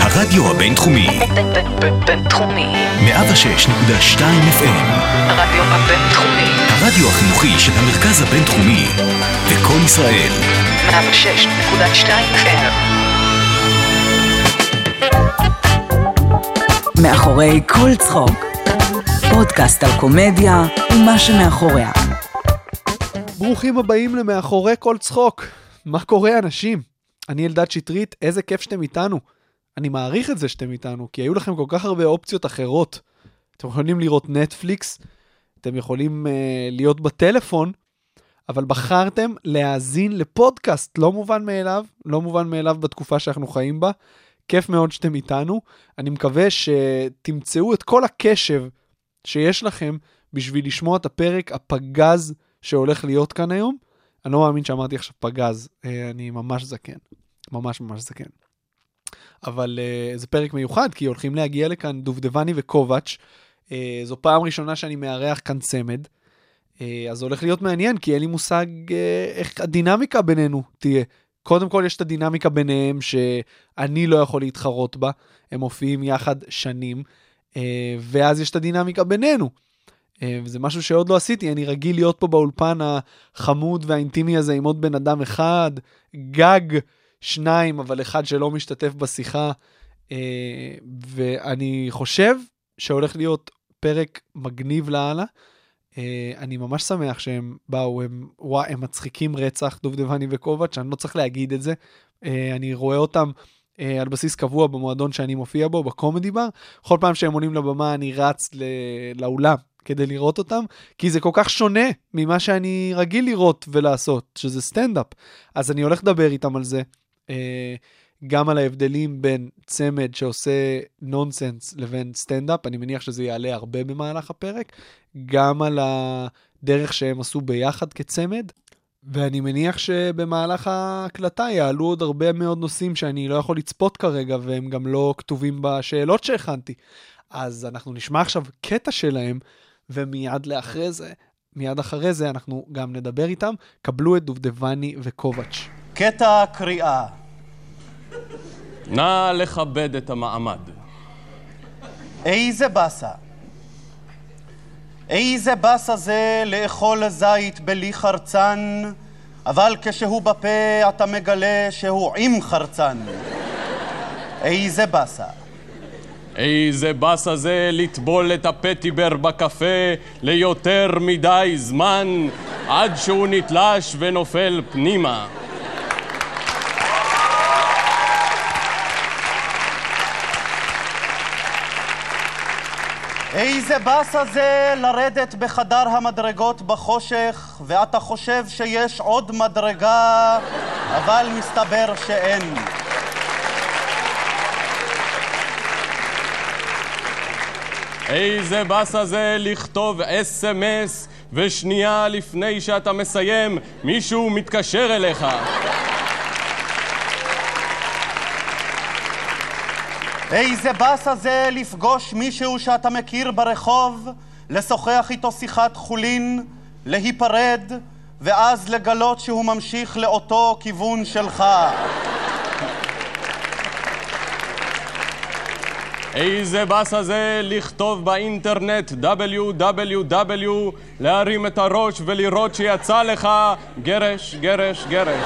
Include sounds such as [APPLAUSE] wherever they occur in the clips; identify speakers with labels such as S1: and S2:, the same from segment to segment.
S1: הרדיו הבינתחומי,
S2: בינתחומי,
S1: 106.2 FM,
S2: הרדיו הבינתחומי,
S1: הרדיו החינוכי של המרכז הבינתחומי, בקול ישראל,
S2: 106.2 FM,
S3: מאחורי כל צחוק. פודקאסט על קומדיה ומה שמאחוריה.
S4: ברוכים הבאים למאחורי כל צחוק. מה קורה, אנשים? אני אלדד שטרית, איזה כיף שאתם איתנו. אני מעריך את זה שאתם איתנו, כי היו לכם כל כך הרבה אופציות אחרות. אתם יכולים לראות נטפליקס, אתם יכולים אה, להיות בטלפון, אבל בחרתם להאזין לפודקאסט לא מובן מאליו, לא מובן מאליו בתקופה שאנחנו חיים בה. כיף מאוד שאתם איתנו. אני מקווה שתמצאו את כל הקשב שיש לכם בשביל לשמוע את הפרק הפגז שהולך להיות כאן היום. אני לא מאמין שאמרתי עכשיו פגז, אה, אני ממש זקן. ממש ממש זקן. אבל אה, זה פרק מיוחד, כי הולכים להגיע לכאן דובדבני וקובץ'. אה, זו פעם ראשונה שאני מארח כאן צמד. אה, אז זה הולך להיות מעניין, כי אין לי מושג אה, איך הדינמיקה בינינו תהיה. קודם כל, יש את הדינמיקה ביניהם שאני לא יכול להתחרות בה, הם מופיעים יחד שנים, אה, ואז יש את הדינמיקה בינינו. אה, וזה משהו שעוד לא עשיתי, אני רגיל להיות פה באולפן החמוד והאינטימי הזה עם עוד בן אדם אחד, גג שניים, אבל אחד שלא משתתף בשיחה, אה, ואני חושב שהולך להיות פרק מגניב לאללה. אה, אני ממש שמח שהם באו, הם, וואי, הם מצחיקים רצח, דובדבני וקובץ', אני לא צריך להגיד את זה. אה, אני רואה אותם אה, על בסיס קבוע במועדון שאני מופיע בו, בקומדי בר. כל פעם שהם עולים לבמה אני רץ ל... לאולם כדי לראות אותם, כי זה כל כך שונה ממה שאני רגיל לראות ולעשות, שזה סטנדאפ. אז אני הולך לדבר איתם על זה. אה, גם על ההבדלים בין צמד שעושה נונסנס לבין סטנדאפ, אני מניח שזה יעלה הרבה במהלך הפרק, גם על הדרך שהם עשו ביחד כצמד, ואני מניח שבמהלך ההקלטה יעלו עוד הרבה מאוד נושאים שאני לא יכול לצפות כרגע, והם גם לא כתובים בשאלות שהכנתי. אז אנחנו נשמע עכשיו קטע שלהם, ומיד לאחרי זה, מיד אחרי זה אנחנו גם נדבר איתם. קבלו את דובדבני וקובץ'.
S5: קטע קריאה.
S6: נא לכבד את המעמד.
S5: איזה באסה. איזה באסה זה לאכול זית בלי חרצן, אבל כשהוא בפה אתה מגלה שהוא עם חרצן. איזה באסה.
S6: איזה באסה זה לטבול את הפטיבר בקפה ליותר מדי זמן עד שהוא נתלש ונופל פנימה.
S5: איזה באסה זה לרדת בחדר המדרגות בחושך, ואתה חושב שיש עוד מדרגה, אבל מסתבר שאין.
S6: איזה באסה זה לכתוב אס.אם.אס ושנייה לפני שאתה מסיים מישהו מתקשר אליך.
S5: איזה באסה זה לפגוש מישהו שאתה מכיר ברחוב, לשוחח איתו שיחת חולין, להיפרד, ואז לגלות שהוא ממשיך לאותו כיוון שלך.
S6: איזה באסה זה לכתוב באינטרנט www להרים את הראש ולראות שיצא לך גרש, גרש, גרש.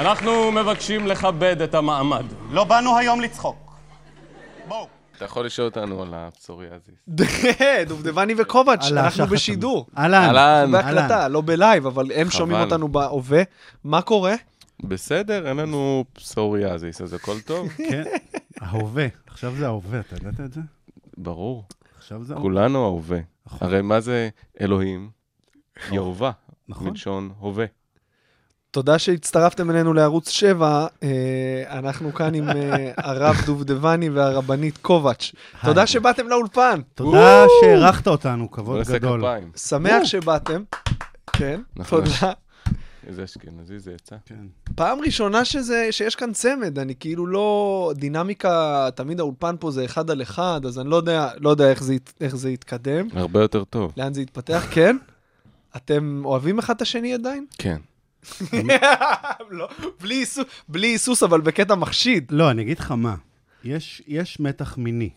S6: אנחנו מבקשים לכבד את המעמד.
S5: לא באנו היום לצחוק. בואו.
S7: אתה יכול לשאול אותנו על הפסוריאזיס.
S4: [LAUGHS] דובדבני וקובץ',
S8: אהלן,
S4: אנחנו
S8: שחר
S4: בשידור.
S8: אהלן.
S7: אהלן,
S4: בהקלטה, לא בלייב, אבל הם שומעים
S7: חבל.
S4: אותנו בהווה. מה קורה?
S7: בסדר, אין לנו פסוריאזיס, אז הכל טוב,
S8: [LAUGHS] כן, ההווה. עכשיו זה ההווה, אתה ידעת את זה?
S7: ברור.
S8: עכשיו זה ההווה.
S7: כולנו ההווה.
S8: נכון.
S7: הרי מה זה אלוהים? יהובה,
S8: נכון.
S7: מלשון הווה.
S4: תודה שהצטרפתם אלינו לערוץ 7, אה, אנחנו כאן עם [LAUGHS] אה, הרב דובדבני והרבנית קובץ'. תודה שבאתם לאולפן,
S8: תודה שאירחת אותנו,
S7: בוא
S8: כבוד
S7: נעשה
S8: גדול.
S7: כפיים.
S4: שמח שבאתם. כן,
S7: נכון.
S4: תודה.
S7: איזה אשכנזי זה יצא.
S8: כן.
S4: פעם ראשונה שזה, שיש כאן צמד, אני כאילו לא... דינמיקה, תמיד האולפן פה זה אחד על אחד, אז אני לא יודע, לא יודע איך, זה, ית- איך זה יתקדם,
S7: [LAUGHS] הרבה יותר טוב.
S4: לאן זה יתפתח, כן? אתם אוהבים אחד את השני עדיין?
S7: כן.
S4: [LAUGHS] לא, בלי היסוס, בלי היסוס, אבל בקטע מחשיד.
S8: לא, אני אגיד לך מה. יש, יש מתח מיני.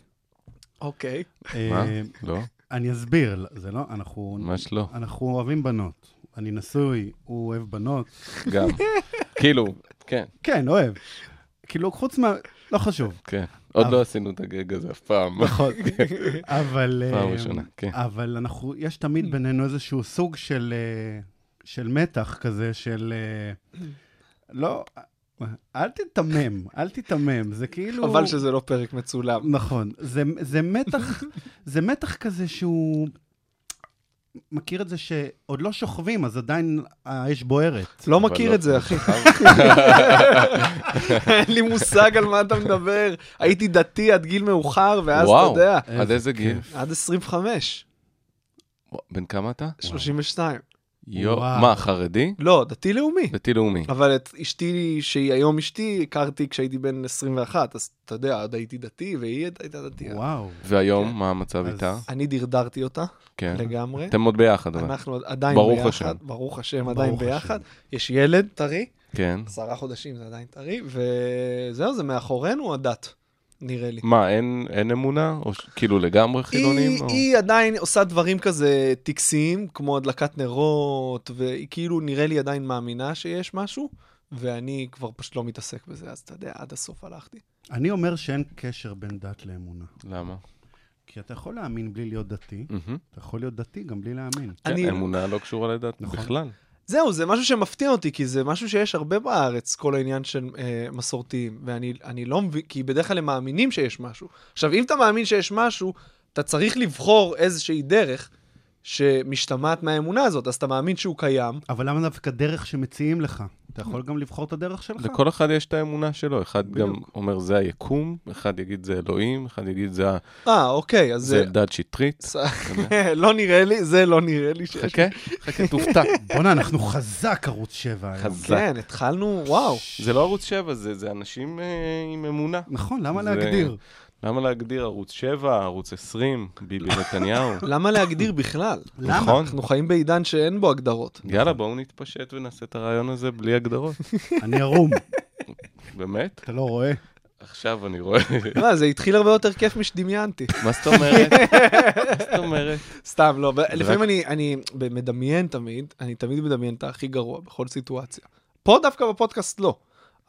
S4: אוקיי.
S7: מה?
S8: אה,
S7: לא?
S8: אני אסביר, זה לא, אנחנו...
S7: ממש לא.
S8: אנחנו אוהבים בנות. אני נשוי, הוא אוהב בנות. [LAUGHS]
S7: גם. כאילו, כן,
S8: כן, אוהב. כאילו, חוץ מה... לא
S7: [LAUGHS]
S8: חשוב.
S7: כן. עוד לא עשינו את הגג הזה אף פעם.
S8: נכון. אבל...
S7: פעם
S8: אה,
S7: ראשונה, כן.
S8: אבל אנחנו, יש תמיד בינינו איזשהו סוג של, אה, של מתח כזה, של... אה, לא, אל תיתמם, אל תיתמם, זה כאילו...
S4: חבל שזה לא פרק מצולם.
S8: נכון, זה, זה מתח, זה מתח כזה שהוא... מכיר את זה שעוד לא שוכבים, אז עדיין האש בוערת.
S4: לא
S7: אבל
S4: מכיר
S7: לא-
S4: את זה, אחי.
S7: שכב.
S4: אין לי מושג על מה אתה מדבר. הייתי דתי עד גיל מאוחר, ואז אתה
S7: וואו,
S4: יודע,
S7: עד איזה גיל?
S4: עד 25,
S7: וואו, בן כמה אתה?
S4: 32.
S7: יו,
S8: וואו.
S7: מה, חרדי?
S4: לא, דתי-לאומי.
S7: דתי-לאומי.
S8: לא.
S4: אבל את אשתי, שהיא היום אשתי, הכרתי כשהייתי בן 21, אז אתה יודע, עוד הייתי דתי, והיא הייתה דתייה.
S8: וואו.
S7: והיום, מה המצב
S8: כן. אז-
S7: איתה?
S4: אני דרדרתי אותה
S7: כן.
S4: לגמרי.
S7: אתם עוד ביחד, אבל.
S4: אנחנו עדיין
S7: ברוך
S4: ביחד.
S7: השם.
S4: ברוך השם, עדיין
S8: ברוך
S4: ביחד. יש ילד טרי,
S7: כן.
S4: עשרה חודשים זה עדיין טרי, וזהו, זה מאחורינו הדת, נראה לי.
S7: מה, אין- אין אמונה? או ש- כאילו לגמרי חילונים?
S4: היא,
S7: או-
S4: היא עדיין עושה דברים כזה טקסיים, כמו הדלקת נרות, והיא כאילו נראה לי עדיין מאמינה שיש משהו, ואני כבר פשוט לא מתעסק בזה, אז אתה יודע, עד הסוף הלכתי.
S7: כן,
S8: אני אומר שאין קשר בין דת לאמונה.
S7: למה?
S8: כי אתה יכול להאמין בלי להיות דתי,
S7: מהמם.
S8: אתה יכול להיות דתי גם בלי להאמין.
S7: כן,
S4: אני-
S7: אמונה לא קשורה לדת
S8: נכון.
S7: בכלל.
S4: זהו, זה משהו שמפתיע אותי, כי זה משהו שיש הרבה בארץ, כל העניין של אה, מסורתיים, ואני אני לא מבין, כי בדרך כלל הם מאמינים שיש משהו. עכשיו, אם אתה מאמין שיש משהו, אתה צריך לבחור איזושהי דרך שמשתמעת מהאמונה הזאת, אז אתה מאמין שהוא קיים.
S8: אבל למה דווקא דרך שמציעים לך? אתה יכול גם לבחור את הדרך שלך.
S7: לכל אחד יש את האמונה שלו, אחד גם אומר זה היקום, אחד יגיד זה אלוהים, אחד יגיד זה ה-
S4: אה, אוקיי, אז...
S7: זה
S4: זה...
S7: אלדד שטרית.
S4: לא נראה לי, זה [LAUGHS] לא נראה לי שיש
S7: חכה, חכה, תופתע.
S8: בואנה, אנחנו חזק ערוץ 7 היום.
S7: חזק.
S4: כן, התחלנו, וואו.
S7: [LAUGHS] זה לא ערוץ 7, זה זה אנשים אה, עם אמונה.
S8: נכון, למה
S7: זה-
S8: להגדיר?
S7: למה להגדיר ערוץ 7, ערוץ 20, ביבי נתניהו?
S4: למה להגדיר בכלל?
S8: למה?
S7: נכון?
S4: אנחנו חיים בעידן שאין בו הגדרות.
S7: יאללה, בואו נתפשט ונעשה את הרעיון הזה בלי הגדרות.
S8: אני ערום,
S7: באמת?
S8: אתה לא רואה?
S7: עכשיו אני רואה.
S4: [LAUGHS] לא, זה התחיל הרבה יותר כיף משדמיינתי.
S7: מה זאת
S4: [LAUGHS]
S7: אומרת? מה זאת אומרת?
S4: סתם, לא, אבל לפעמים אני, אני מדמיין תמיד, אני תמיד מדמיין את הכי גרוע בכל סיטואציה. פה דווקא בפודקאסט לא.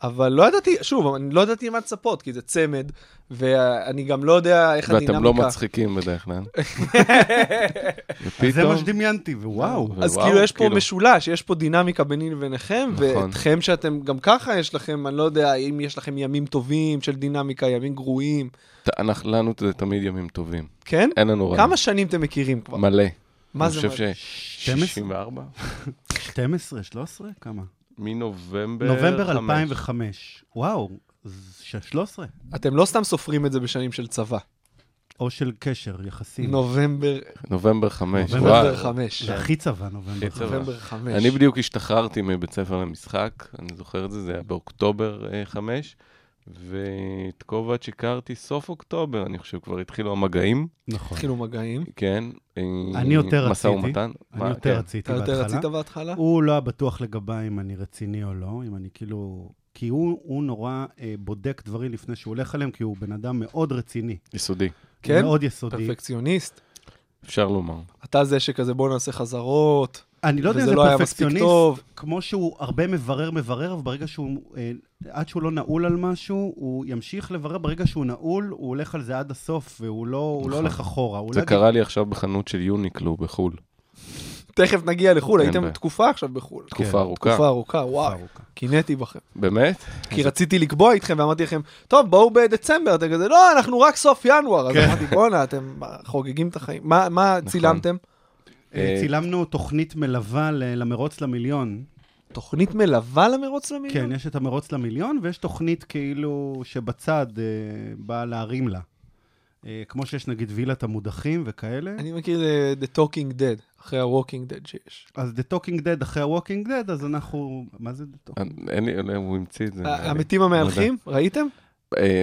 S4: אבל לא ידעתי, שוב, אני לא ידעתי מה לצפות, כי זה צמד, ואני גם לא יודע איך הדינמיקה...
S7: ואתם לא מצחיקים
S4: [LAUGHS]
S7: בדרך כלל.
S8: זה מה
S7: ופתאום...
S8: שדמיינתי, ווואו.
S4: אז
S7: וואו,
S4: כאילו יש פה משולש, יש פה דינמיקה ביני לביניכם,
S7: נכון.
S4: ואתכם שאתם, גם ככה יש לכם, אני לא יודע אם יש לכם ימים טובים של דינמיקה, ימים גרועים,
S7: ת- אנחנו- לנו זה תמיד ימים טובים.
S4: כן?
S7: אין לנו רעים.
S4: כמה שנים אתם מכירים כבר?
S7: מלא.
S4: מה זה
S7: אני
S4: מלא?
S7: חושב ש-64?
S8: 12, 13? כמה?
S7: מנובמבר...
S8: נובמבר
S7: חמש.
S8: 2005. וואו, אז ש- 13.
S4: אתם לא סתם סופרים את זה בשנים של צבא.
S7: Mm.
S8: או של קשר, יחסים.
S4: נובמבר
S7: נובמבר 5.
S8: נובמבר
S7: וואו.
S4: נובמבר חמש.
S8: זה הכי צבא, נובמבר.
S7: הכי צבא.
S4: נובמבר חמש.
S7: אני בדיוק השתחררתי מבית ספר למשחק, אני זוכר את זה, זה היה באוקטובר 5, ואת קובץ' הכרתי סוף אוקטובר, אני חושב, כבר התחילו המגעים,
S8: נכון.
S4: התחילו מגעים.
S7: כן. אה,
S8: אני יותר
S7: משא
S8: רציתי.
S7: ומתן.
S8: אני
S7: מה,
S8: יותר
S7: כן.
S8: רציתי
S4: אתה יותר רצית
S8: בהתחלה.
S4: בהתחלה?
S8: הוא לא היה בטוח לגביי אם אני רציני או לא, אם אני כאילו... כי הוא הוא נורא אה, בודק דברים לפני שהוא הולך עליהם, כי הוא בן אדם מאוד רציני.
S7: יסודי,
S4: כן?
S8: מאוד יסודי.
S4: פרפקציוניסט.
S7: אפשר לומר.
S4: אתה זה שכזה בוא נעשה חזרות.
S8: אני לא יודע אם
S4: וזה
S8: זה
S4: לא היה מספיק
S8: פרפקציוניסט,
S4: טוב.
S8: כמו שהוא הרבה מברר מברר, אבל ברגע שהוא, אה, עד שהוא לא נעול על משהו, הוא ימשיך לברר, ברגע שהוא נעול, הוא הולך על זה עד הסוף, והוא לא, הוא לא
S7: נכון.
S8: הולך אחורה. הוא
S7: זה
S8: לא יגיד,
S7: קרה לי עכשיו בחנות של יוניקלו בחו"ל,
S4: כן, תכף נגיע לחו"ל,
S7: אין
S4: הייתם
S7: בעיה.
S4: תקופה עכשיו בחו"ל.
S7: כן, תקופה ארוכה.
S4: תקופה ארוכה,
S8: "תקופה
S4: וואו.
S8: ארוכה."
S4: קינאתי בכם.
S7: באמת?
S4: כי רציתי לקבוע איתכם, ואמרתי לכם, טוב, בואו בדצמבר, אתם כזה, לא, אנחנו רק סוף ינואר. אז אמרתי, בואנה, אתם חוגגים את החיים. מה- מה צילמתם?
S8: אה,
S7: אה,
S8: צילמנו תוכנית מלווה ל- למרוץ למיליון.
S4: תוכנית מלווה למרוץ למיליון?
S8: כן, יש את המרוץ למיליון, ויש תוכנית כאילו שבצד אה, באה להרים לה. אה, כמו שיש נגיד וילת המודחים וכאלה.
S4: אני מכיר אה, The Talking Dead, אחרי ה-Walking Dead שיש.
S8: אז The Talking Dead אחרי ה-Walking Dead, אז אנחנו... מה זה The Talking Dead?
S7: אה, אין לי, אין לי- הוא המציא את זה. נראה לי.
S4: המתים המהלכים, ראיתם?
S7: אה,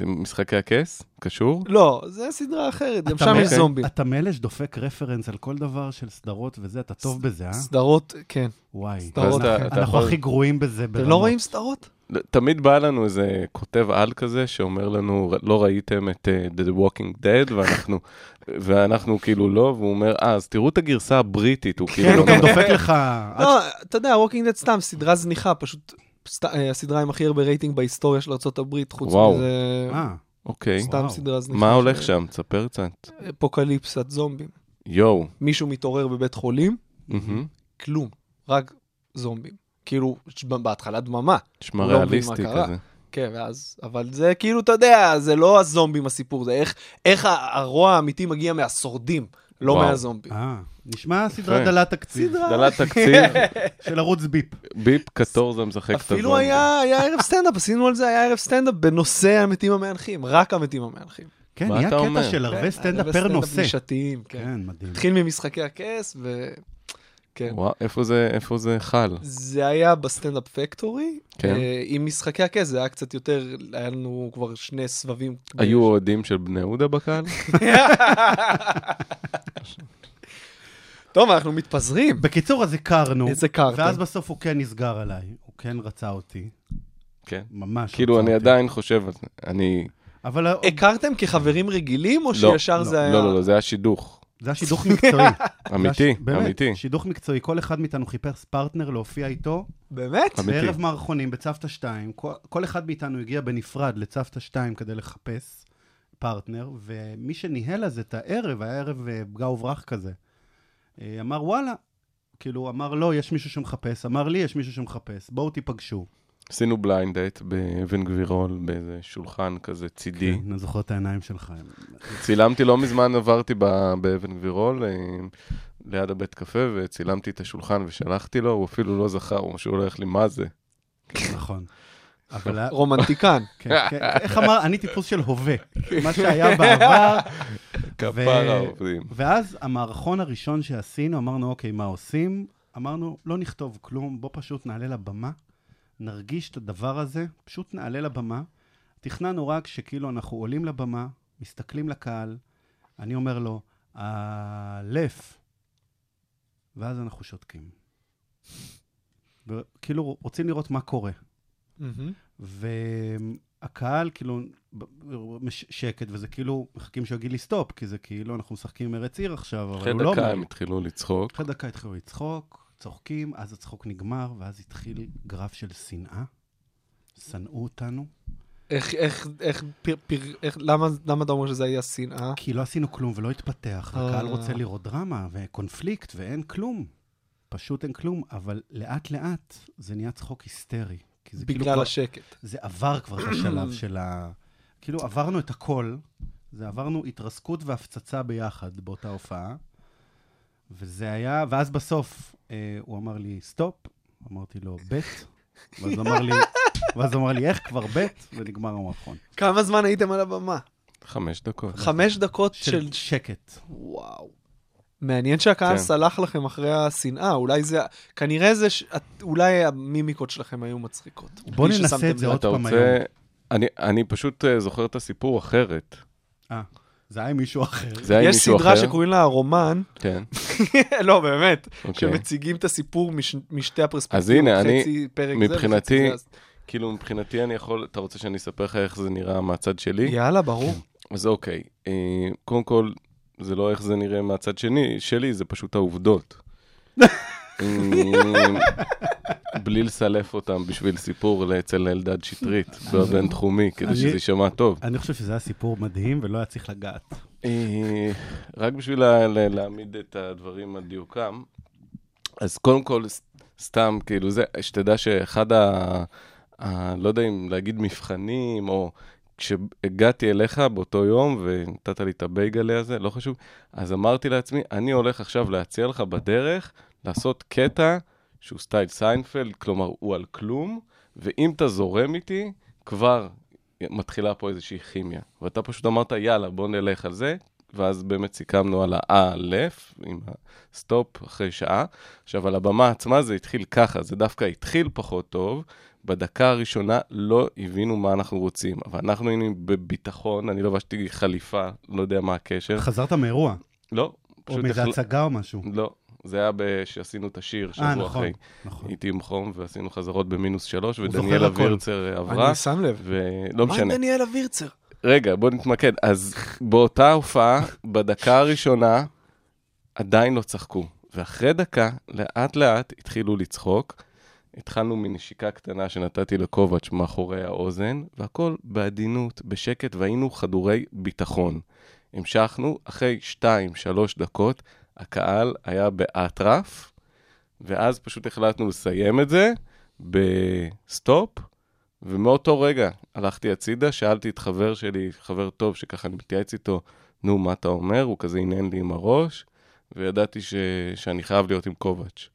S7: במשחקי הכס? קשור?
S4: לא, זה סדרה אחרת, גם
S8: אתה
S4: שם יש
S7: אוקיי.
S8: מלש-
S4: זומבים.
S8: אתה מלש דופק רפרנס על כל דבר של סדרות וזה, אתה טוב בזה, אה?
S4: סדרות, כן.
S8: וואי.
S4: אתה-
S7: ואז
S4: אתה
S8: אנחנו
S7: יכול-
S8: הכי גרועים בזה.
S4: אתם לא
S8: ברמות.
S4: רואים סדרות?
S7: תמיד בא לנו איזה כותב על כזה שאומר לנו, לא ראיתם את אה, The Walking Dead, ואנחנו, [LAUGHS] ואנחנו כאילו לא, והוא אומר, אה, אז תראו את הגרסה הבריטית, הוא
S8: כן,
S7: כאילו...
S8: הוא
S7: לא-
S8: גם דופק
S4: [LAUGHS]
S8: לך...
S4: לא, אתה יודע, ווקינג דד סתם, סדרה זניחה, פשוט סת- אה, הסדרה עם הכי הרבה רייטינג בהיסטוריה של ארה"ב, חוץ
S7: וואו.
S4: מזה,
S8: אה,
S7: אוקיי,
S4: סתם
S8: וואו.
S4: סדרה זניחה.
S7: מה הולך
S4: של
S7: שם? תספר קצת.
S4: אפוקליפסת זומבים.
S7: יואו.
S4: מישהו מתעורר בבית חולים,
S7: מהמם.
S4: כלום, רק זומבים. כאילו, ש- בהתחלה דממה.
S7: נשמע
S4: הוא לא מבין
S7: ריאליסטי
S4: מה קרה.
S7: כזה.
S4: כן, ואז, אבל זה כאילו, אתה יודע, זה לא הזומבים הסיפור, זה איך, איך ה- הרוע האמיתי מגיע מהשורדים, לא
S7: וואו.
S4: מהזומבים.
S8: אה. נשמע סדרה
S7: יפה.
S8: דלת תקציב
S7: דלת תקציב,
S4: [LAUGHS]
S8: של ערוץ ביפ.
S7: ביפ קטורזה משחק את הזונדה.
S4: אפילו היה, היה ערב סטנדאפ, עשינו על זה, היה ערב סטנדאפ בנושא המתים המאנחים, רק המתים המאנחים.
S8: כן,
S7: מה
S8: נהיה
S7: אתה אומר?
S8: קטע של הרבה סטנדאפ פר נושא.
S4: נישתיים, כן.
S8: כן, מדהים.
S4: התחיל ממשחקי הכס, ו... כן.
S7: וואו, איפה זה, איפה זה חל?
S4: זה היה בסטנדאפ פקטורי.
S7: כן.
S4: אה, עם משחקי הכס זה היה קצת יותר, היה לנו כבר שני סבבים.
S7: היו אוהדים של בני
S8: [LAUGHS]
S7: יהודה בקהל?
S4: טוב, אנחנו מתפזרים.
S8: בקיצור, אז הכרנו.
S4: איזה קארטר.
S8: ואז בסוף הוא כן נסגר עליי. הוא כן רצה אותי.
S7: כן.
S8: ממש
S7: כאילו,
S8: רצה
S7: אני
S8: אותי.
S7: עדיין חושב על זה. אני...
S8: אבל אה, ה-
S4: הכרתם כחברים רגילים, או
S7: לא,
S4: שישר זה היה...
S7: לא, לא, לא, זה היה שידוך.
S8: זה היה שידוך מקצועי. זה
S7: [LAUGHS] אמיתי,
S8: היה ש- באמת,
S7: אמיתי.
S8: שידוך מקצועי. כל אחד מאיתנו חיפש פרטנר להופיע איתו.
S4: באמת?
S7: אמיתי.
S8: בערב מערכונים, בצוותא 2. כל- כל אחד מאיתנו הגיע בנפרד לצוותא 2 כדי לחפש פרטנר, ומי שניהל אז את הערב, היה ערב אה, פגע וברח כזה. אה, אמר, וואלה. כאילו, אמר, לא, יש מישהו שמחפש. אמר לי, יש מישהו שמחפש. בואו תיפגשו.
S7: עשינו בליינד דייט באבן גבירול, באיזה שולחן כזה צידי.
S8: כן, אני זוכר את העיניים שלך. הם-
S7: צילמתי לא מזמן, עברתי ב- באבן גבירול, אה, ליד הבית קפה, וצילמתי את השולחן ושלחתי לו, הוא אפילו לא זכר, הוא שהוא הולך לי, מה זה?
S8: נכון.
S4: [LAUGHS]
S8: אבל ה-
S4: רומנטיקן.
S8: כן, כן. איך אמר, אני טיפוס של הווה. מה שהיה בעבר.
S7: כפרה עובדים.
S8: ואז המערכון הראשון שעשינו, אמרנו, אוקיי, מה עושים? אמרנו, לא נכתוב כלום, בוא פשוט נעלה לבמה, נרגיש את הדבר הזה, פשוט נעלה לבמה. תכננו רק שכאילו אנחנו עולים לבמה, מסתכלים לקהל, אני אומר לו, אלף, ואז אנחנו שותקים. וכאילו, רוצים לראות מה קורה.
S4: מהמם.
S8: והקהל כאילו ב- ב- מש- שקט, וזה כאילו, מחכים שהוא יגיד לי סטופ, כי זה כאילו, אנחנו משחקים עם ארץ עיר עכשיו, אבל
S7: אחרי
S8: הוא לא...
S7: דקה
S8: אומר.
S7: הם התחילו לצחוק.
S8: אחרי דקה התחילו לצחוק, צוחקים, אז הצחוק נגמר, ואז התחיל גרף של שנאה. שנאו אותנו,
S4: איך, איך, איך, פיר, פיר, איך, למה, למה אתה אומר שזה היה שנאה?
S8: כי לא עשינו כלום ולא התפתח,
S4: אה.
S8: והקהל רוצה לראות דרמה וקונפליקט, ואין כלום. פשוט אין כלום, אבל לאט-לאט זה נהיה צחוק היסטרי. כי זה כאילו
S4: בגלל
S8: כבר-
S4: השקט.
S8: זה עבר כבר את השלב של ה... כאילו, עברנו את הכל, זה עברנו התרסקות והפצצה ביחד באותה הופעה, וזה היה, ואז בסוף אה, הוא אמר לי, סטופ, אמרתי לו, בית, ואז הוא אמר לי, ואז הוא אמר לי, איך כבר בית? ונגמר המערכון.
S4: כמה זמן הייתם על הבמה?
S7: חמש דקות.
S4: חמש דקות של...
S8: של שקט.
S4: וואו. מעניין שהקהל
S7: כן.
S4: סלח לכם אחרי השנאה, אולי זה... כנראה זה... ש... את- אולי המימיקות שלכם היו מצחיקות.
S8: בוא
S4: בלי
S8: ננסה
S4: ששמתם
S8: את זה
S4: לב.
S8: עוד
S7: אתה
S8: פעם
S7: רוצה... אני, אני פשוט אה, זוכר את הסיפור אחרת.
S8: אה, זה היה עם מישהו אחר.
S7: זה היה עם
S4: יש
S7: מישהו אחר?
S4: סדרה שקוראים לה הרומן,
S7: כן,
S4: [LAUGHS] לא באמת,
S7: אוקיי.
S4: שמציגים את הסיפור מש- משתי הפרספקטיבות,
S7: אז הנה, אני-
S4: חצי פרק זה
S7: מבחינתי,
S4: וחצי זה, אז-
S7: כאילו מבחינתי אני יכול, אתה רוצה שאני אספר לך איך זה נראה מהצד שלי?
S4: יאללה, ברור.
S7: אז אוקיי, אה, קודם כל, זה לא איך זה נראה מהצד שני, שלי, זה פשוט העובדות. אה, בלי לסלף אותם בשביל סיפור אצל אלדד שטרית, בבינתחומי, כדי
S8: אני-
S7: שזה יישמע טוב.
S8: אני חושב שזה היה סיפור מדהים ולא היה צריך לגעת.
S7: אה, רק בשביל לה, לה, להעמיד את הדברים על דיוקם, אז קודם כל, ס- סתם, כאילו, זה, שתדע שאחד ה... ה... לא יודע אם להגיד מבחנים, או כשהגעתי אליך באותו יום ונתת לי את הבייגלה הזה, לא חשוב, אז אמרתי לעצמי, אני הולך עכשיו להציע לך בדרך לעשות קטע שהוא סטייל סיינפלד, כלומר, הוא על כלום, ואם אתה זורם איתי, כבר מתחילה פה איזושהי כימיה. ואתה פשוט אמרת, יאללה, בוא נלך על זה, ואז באמת סיכמנו על האלף, עם הסטופ אחרי שעה. עכשיו, על הבמה עצמה זה התחיל ככה, זה דווקא התחיל פחות טוב, בדקה הראשונה לא הבינו מה אנחנו רוצים, אבל אנחנו היינו בביטחון, אני לבשתי חליפה, לא יודע מה הקשר.
S8: חזרת מאירוע,
S7: לא,
S8: או
S7: פשוט...
S8: מאיזה
S7: החל-
S8: הצגה או משהו.
S7: לא, זה היה ב- שעשינו את השיר שבוע
S8: אה, נכון,
S7: אחרי.
S8: נכון.
S7: הייתי עם חום ועשינו חזרות במינוס שלוש,
S8: זוכר
S7: ודניאלה
S8: הכל.
S7: וירצר עברה,
S4: אני שם לב.
S7: ולא
S4: מה עם
S7: לא משנה.
S4: דניאלה וירצר?
S7: רגע, בוא נתמקד. אז באותה הופעה, בדקה הראשונה, עדיין לא צחקו. ואחרי דקה, לאט-לאט התחילו לצחוק. התחלנו מנשיקה קטנה שנתתי לקובץ' מאחורי האוזן, והכל בעדינות, בשקט, והיינו חדורי ביטחון. המשכנו, אחרי 2-3 דקות, הקהל היה באטרף, ואז פשוט החלטנו לסיים את זה בסטופ, ומאותו רגע הלכתי הצידה, שאלתי את חבר שלי, חבר טוב, שככה אני מתייעץ איתו, נו, מה אתה אומר? הוא כזה הנהן לי עם הראש, וידעתי ש... שאני חייב להיות עם קובץ'.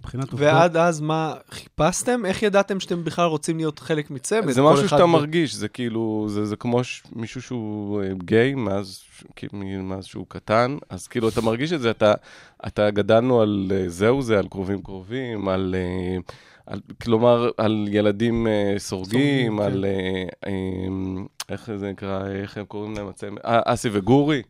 S8: מבחינת עובדות,
S4: ועד אז מה, חיפשתם? איך ידעתם שאתם בכלל רוצים להיות חלק מצוות?
S7: זה
S4: כל
S7: משהו
S4: אחד
S7: שאתה
S4: ב-
S7: מרגיש, זה כאילו, זה, זה כמו ש... מישהו שהוא אה, גיי מאז, כאילו, מאז שהוא קטן, אז כאילו, אתה מרגיש את זה, אתה, אתה גדלנו על אה, זהו זה, על קרובים קרובים, על... אה, על, כלומר, על ילדים אה, סורגים,
S8: סורגים,
S7: על... אה, אה, איך זה נקרא, איך הם קוראים להם? הצמד? אה, אסי וגורי.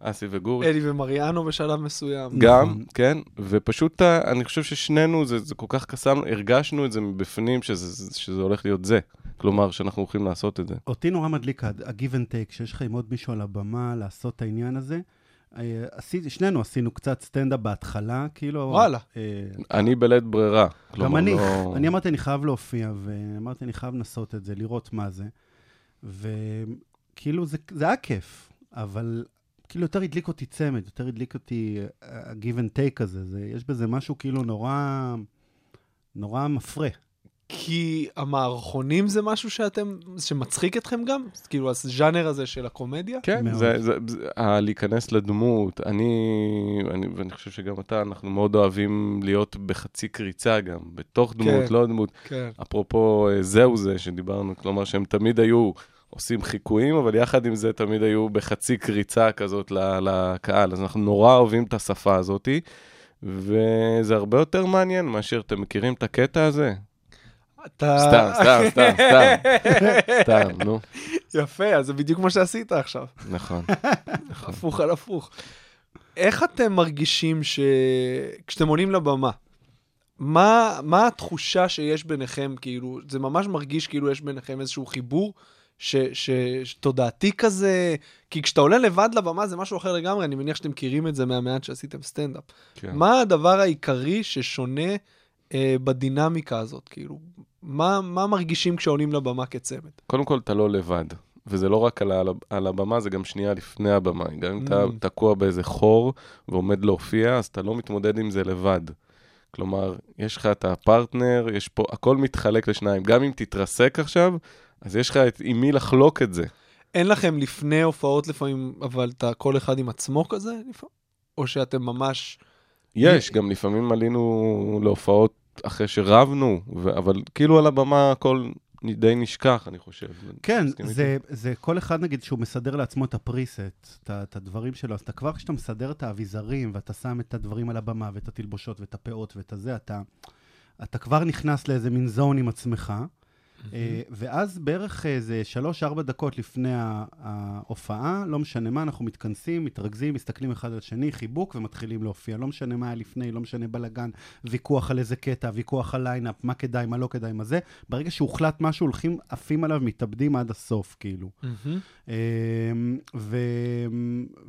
S7: אסי וגורי.
S4: אלי ומריאנו בשלב מסוים.
S8: נכון.
S7: גם, כן, ופשוט אה, אני חושב ששנינו, זה, זה כל כך קסם, הרגשנו את זה מבפנים, שזה, שזה הולך להיות זה. כלומר, שאנחנו הולכים לעשות את זה.
S8: אותי נורא מדליק ה-give and take, שיש לך עם עוד מישהו על הבמה לעשות את העניין הזה. אה, עשיתי, שנינו עשינו קצת סטנדאפ בהתחלה, כאילו...
S4: וואלה.
S8: אה,
S7: אני בלית ברירה.
S8: גם
S7: כלומר,
S8: אני,
S7: לא-
S8: אני אמרתי, אני חייב להופיע, ואמרתי, אני חייב לנסות את זה, לראות מה זה. וכאילו, זה, זה היה כיף, אבל כאילו יותר הדליק אותי צמד, יותר הדליק אותי אה, ה-give and take הזה. זה, יש בזה משהו כאילו נורא, נורא מפרה.
S4: כי המערכונים זה משהו שאתם, שמצחיק אתכם גם? אז כאילו, הז'אנר הזה של הקומדיה?
S7: כן,
S8: מאוד.
S7: זה, זה, זה, ה- להיכנס לדמות, אני, אני, ואני חושב שגם אתה, אנחנו מאוד אוהבים להיות בחצי קריצה גם, בתוך דמות,
S4: כן.
S7: לא דמות.
S4: כן.
S7: אפרופו אה, זהו זה שדיברנו, כלומר שהם תמיד היו עושים חיקויים, אבל יחד עם זה תמיד היו בחצי קריצה כזאת ל- לקהל, אז אנחנו נורא אוהבים את השפה הזאתי, וזה הרבה יותר מעניין מאשר, אתם מכירים את הקטע הזה?
S4: אתה...
S7: סתם, סתם, סתם, סתם, סתם, נו,
S4: [LAUGHS] יפה, אז זה בדיוק מה שעשית עכשיו.
S7: נכון.
S4: הפוך על הפוך. איך אתם מרגישים ש... כשאתם עולים לבמה, מה, מה התחושה שיש ביניכם, כאילו, זה ממש מרגיש כאילו יש ביניכם איזשהו חיבור ש, ש, שתודעתי כזה, כי כשאתה עולה לבד לבמה זה משהו אחר לגמרי, אני מניח שאתם מכירים את זה מהמעט שעשיתם סטנדאפ.
S7: כן.
S4: מה הדבר העיקרי ששונה אה, בדינמיקה הזאת, כאילו, מה, מה מרגישים כשעולים לבמה כצמד?
S7: קודם כל, אתה לא לבד. וזה לא רק על, ה- על הבמה, זה גם שנייה לפני הבמה. גם אם אתה
S4: Mm.
S7: תקוע באיזה חור ועומד להופיע, אז אתה לא מתמודד עם זה לבד. כלומר, יש לך את הפרטנר, יש פה, הכל מתחלק לשניים. גם אם תתרסק עכשיו, אז יש לך את, עם מי לחלוק את זה.
S4: אין לכם לפני הופעות לפעמים, אבל אתה כל אחד עם עצמו כזה? לפע- או שאתם ממש...
S7: יש, גם לפעמים עלינו להופעות אחרי שרבנו, ו- אבל כאילו על הבמה הכל די נשכח, אני חושב.
S8: כן,
S7: מסכים איתי?
S8: זה, זה כל אחד, נגיד, שהוא מסדר לעצמו את הפריסט, את, ה- את הדברים שלו, אז אתה כבר כשאתה מסדר את האביזרים, ואתה שם את הדברים על הבמה, ואת התלבושות, ואת הפאות, ואת הזה, אתה, אתה כבר נכנס לאיזה מין זון עם עצמך, אה, ואז בערך איזה שלוש-ארבע דקות לפני ה- ההופעה, לא משנה מה, אנחנו מתכנסים, מתרכזים, מסתכלים אחד על השני, חיבוק, ומתחילים להופיע. לא משנה מה היה לפני, לא משנה בלאגן, ויכוח על איזה קטע, ויכוח על ליינאפ, מה כדאי, מה לא כדאי, מה זה. ברגע שהוחלט משהו, הולכים, עפים עליו, מתאבדים עד הסוף, כאילו. אמ, ו,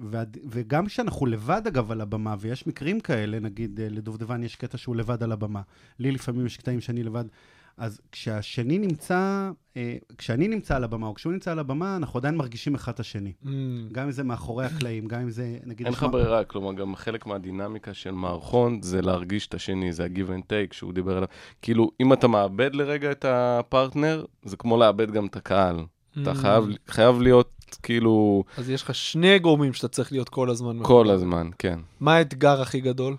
S8: ו, וגם כשאנחנו לבד, אגב, על הבמה, ויש מקרים כאלה, נגיד אה, לדובדבן יש קטע שהוא לבד על הבמה, לי לפעמים יש קטעים שאני לבד, אז כשהשני נמצא, אה, כשאני נמצא על הבמה, או כשהוא נמצא על הבמה, אנחנו עדיין מרגישים אחד את השני. גם אם זה מאחורי הקלעים, גם אם זה, נגיד...
S7: אין
S8: יש
S7: לך
S8: מה-
S7: ברירה, כלומר, גם חלק מהדינמיקה של מערכון זה להרגיש את השני, זה ה-give and take שהוא דיבר עליו. כאילו, אם אתה מאבד לרגע את הפרטנר, זה כמו לאבד גם את הקהל. אתה חייב, חייב להיות, כאילו,
S4: אה, אז יש לך שני גורמים שאתה צריך להיות כל הזמן. מחובר.
S7: כל הזמן, כן.
S4: מה האתגר הכי גדול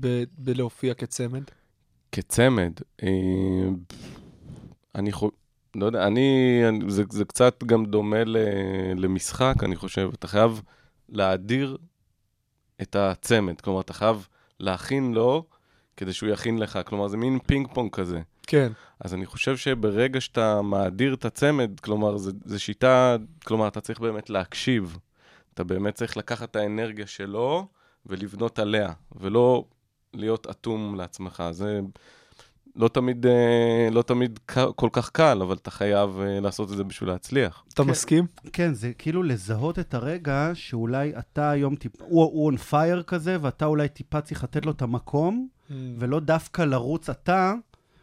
S4: ב- בלהופיע כצמד?
S7: כצמד, אה, אני חו... לא יודע, אני, אני זה, זה קצת גם דומה ל, למשחק, אני חושב. אתה חייב להאדיר את הצמד, כלומר, אתה חייב להכין לו כדי שהוא יכין לך. כלומר, זה מין פינג פונג כזה.
S4: כן.
S7: אז אני חושב שברגע שאתה מאדיר את הצמד, כלומר, זו שיטה, כלומר, אתה צריך באמת להקשיב. אתה באמת צריך לקחת את האנרגיה שלו ולבנות עליה, ולא להיות אטום לעצמך. זה לא תמיד, אה, לא תמיד ק- כל כך קל, אבל אתה חייב אה, לעשות את זה בשביל להצליח.
S4: אתה
S8: כן.
S4: מסכים?
S8: כן, זה כאילו לזהות את הרגע שאולי אתה היום טיפה, הוא, הוא on fire כזה, ואתה אולי טיפה צריך לתת לו את המקום, ולא דווקא לרוץ אתה,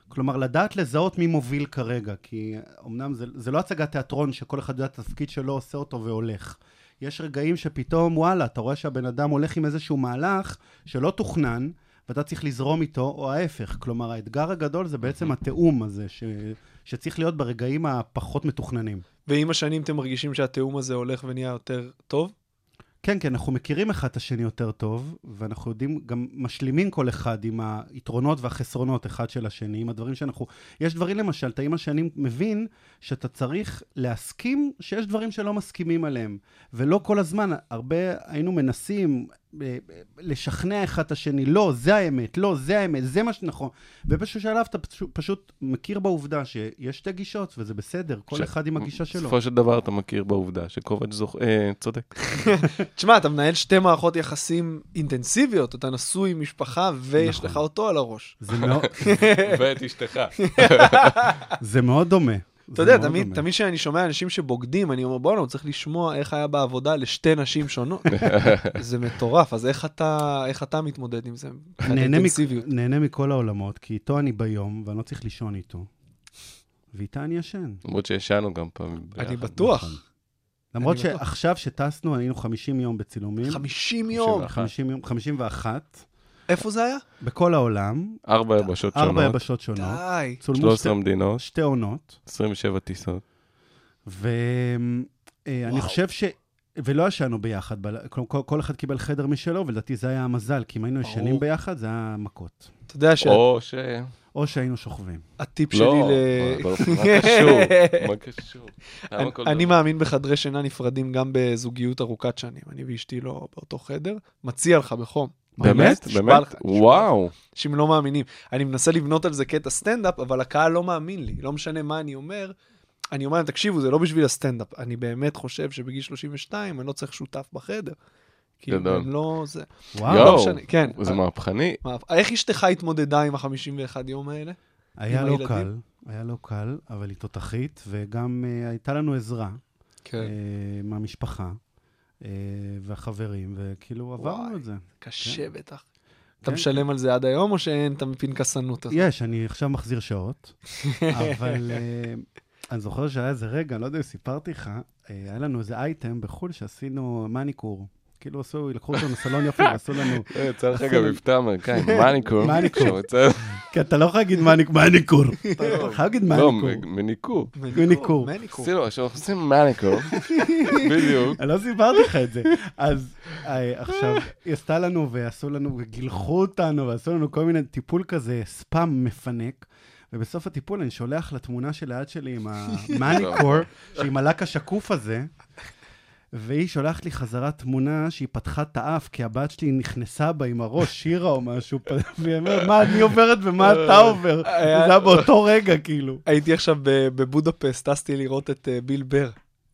S8: כלומר, לדעת לזהות מי מוביל כרגע, כי אמנם זה, זה לא הצגת תיאטרון שכל אחד יודע את התפקיד שלו, עושה אותו והולך. יש רגעים שפתאום, וואלה, אתה רואה שהבן אדם הולך עם איזשהו מהלך שלא תוכנן, ואתה צריך לזרום איתו, או ההפך. כלומר, האתגר הגדול זה בעצם התיאום הזה, ש... שצריך להיות ברגעים הפחות מתוכננים.
S4: ועם השנים אתם מרגישים שהתיאום הזה הולך ונהיה יותר טוב?
S8: כן, כן, אנחנו מכירים אחד את השני יותר טוב, ואנחנו יודעים, גם משלימים כל אחד עם היתרונות והחסרונות אחד של השני, עם הדברים שאנחנו... יש דברים, למשל, אתה עם השנים מבין שאתה צריך להסכים שיש דברים שלא מסכימים עליהם. ולא כל הזמן, הרבה היינו מנסים אה, לשכנע אחד את השני, לא, זה האמת, לא, זה האמת, זה מה שנכון. ובאיזשהו שלב אתה פשוט, פשוט מכיר בעובדה שיש שתי גישות, וזה בסדר, כל
S7: ש-
S8: אחד עם הגישה שלו.
S7: בסופו של דבר אתה מכיר בעובדה שקובץ' זוכ... אה, צודק.
S4: תשמע, אתה מנהל שתי מערכות יחסים אינטנסיביות, אתה נשוי עם משפחה ויש
S7: נכון.
S4: לך אותו על הראש.
S8: זה מאוד,
S7: [LAUGHS] ואת אשתך.
S8: זה מאוד דומה.
S4: אתה יודע, תמיד, תמיד כשאני שומע אנשים שבוגדים, אני אומר, בואנה, הוא צריך לשמוע איך היה בעבודה לשתי נשים שונות. זה מטורף, אז איך אתה, איך אתה מתמודד עם זה? מבחינת
S8: נהנה, מק...
S4: אינטנסיביות.
S8: נהנה מכל העולמות, כי איתו אני ביום, ואני לא צריך לישון איתו. ואיתה אני ישן.
S7: למרות שישנו גם פעמים.
S4: אני
S7: ביחד.
S4: בטוח.
S8: נכון. למרות
S4: אני בטוח.
S8: שעכשיו שטסנו, היינו 50 יום בצילומים.
S4: 50 יום.
S7: 51.
S8: 50 יום, 51,
S4: איפה זה היה?
S8: בכל העולם,
S7: ארבע יבשות
S8: ארבע
S7: שונות,
S8: יבשות שונות.
S4: די.
S8: צולמו
S7: 13
S8: שתי,
S7: מדינות,
S8: שתי עונות,
S7: 27 טיסות.
S8: ואני אה, חושב ש... ולא ישנו ביחד, בל- כל, כל- כל אחד קיבל חדר משלו, ולדעתי זה היה המזל, כי אם היינו ישנים ביחד, זה היה מכות.
S4: אתה יודע שהטיפ
S7: או ש...
S8: או שהיינו שוכבים.
S4: שלי ל...
S7: לא,
S4: [LAUGHS]
S7: מה מה [LAUGHS] קשור? מה קשור? למה לא- כל
S4: אני
S7: דבר?
S4: מאמין בחדרי שינה נפרדים גם בזוגיות ארוכת שנים. אני ואשתי לא באותו חדר. מציע לך בחום.
S7: באמת?
S4: נשבע
S7: באמת?
S4: לך, נשבע
S7: וואו.
S4: אנשים לא מאמינים. אני מנסה לבנות על זה קטע סטנדאפ, אבל הקהל לא מאמין לי. לא משנה מה אני אומר. אני אומר להם, תקשיבו, זה לא בשביל הסטנדאפ. אני באמת חושב שבגיל 32 אני לא צריך שותף בחדר. כי
S7: גדול.
S4: הם לא זה.
S8: וואו.
S4: לא
S7: יואו,
S4: משנה, כן.
S7: זה מהפכני.
S4: מה, איך אשתך התמודדה עם ה-51 יום האלה?
S8: היה
S4: עם
S8: לא
S4: הילדים?
S8: קל, היה לא קל, אבל היא תותחית, וגם uh, הייתה לנו עזרה uh, מהמשפחה uh, והחברים, וכאילו
S4: וואי.
S8: עברנו את זה.
S4: קשה בטח. אתה
S8: כן,
S4: משלם על זה עד היום, או שאין את הפנקסנות הזאת?
S8: יש, אני עכשיו מחזיר [LAUGHS] שעות, אבל uh, אני זוכר שהיה איזה רגע, אני לא יודע אם סיפרתי לך, uh, היה לנו איזה אייטם בחו"ל שעשינו מניקור. כאילו עשו, לקחו אותנו לסלון יופי ועשו [LAUGHS] לנו,
S7: אה, יצא לך
S8: אפילו-
S7: גם מבטא [LAUGHS] אמריקאי, מניקור.
S8: מניקור.
S7: שרוצה-
S8: כי אתה לא יכול להגיד מניק- מניקור, אתה לא יכול להגיד
S7: לא,
S8: מניקור.
S7: מ- מניקור.
S8: מניקור.
S4: מניקור.
S7: עשינו, עכשיו עושים [LAUGHS] מניקור. בדיוק.
S8: אני לא סיפרתי לך את זה. אז אה, עכשיו, היא עשתה לנו ועשו לנו, וגילחו אותנו, ועשו לנו כל מיני טיפול כזה, ספאם מפנק. ובסוף הטיפול אני שולח לתמונה שליד שלי עם המאניקור, שהיא עם הלק השקוף הזה, והיא שולחת לי חזרה תמונה שהיא פתחה את האף, כי הבת שלי נכנסה בה עם הראש, שירה או משהו, [LAUGHS] והיא אומרת, מה אני עוברת ומה אתה עובר?
S4: היה-
S8: זה היה באותו רגע, כאילו.
S4: הייתי עכשיו ב- בבודפסט, טסתי לראות את אה, ביל בר.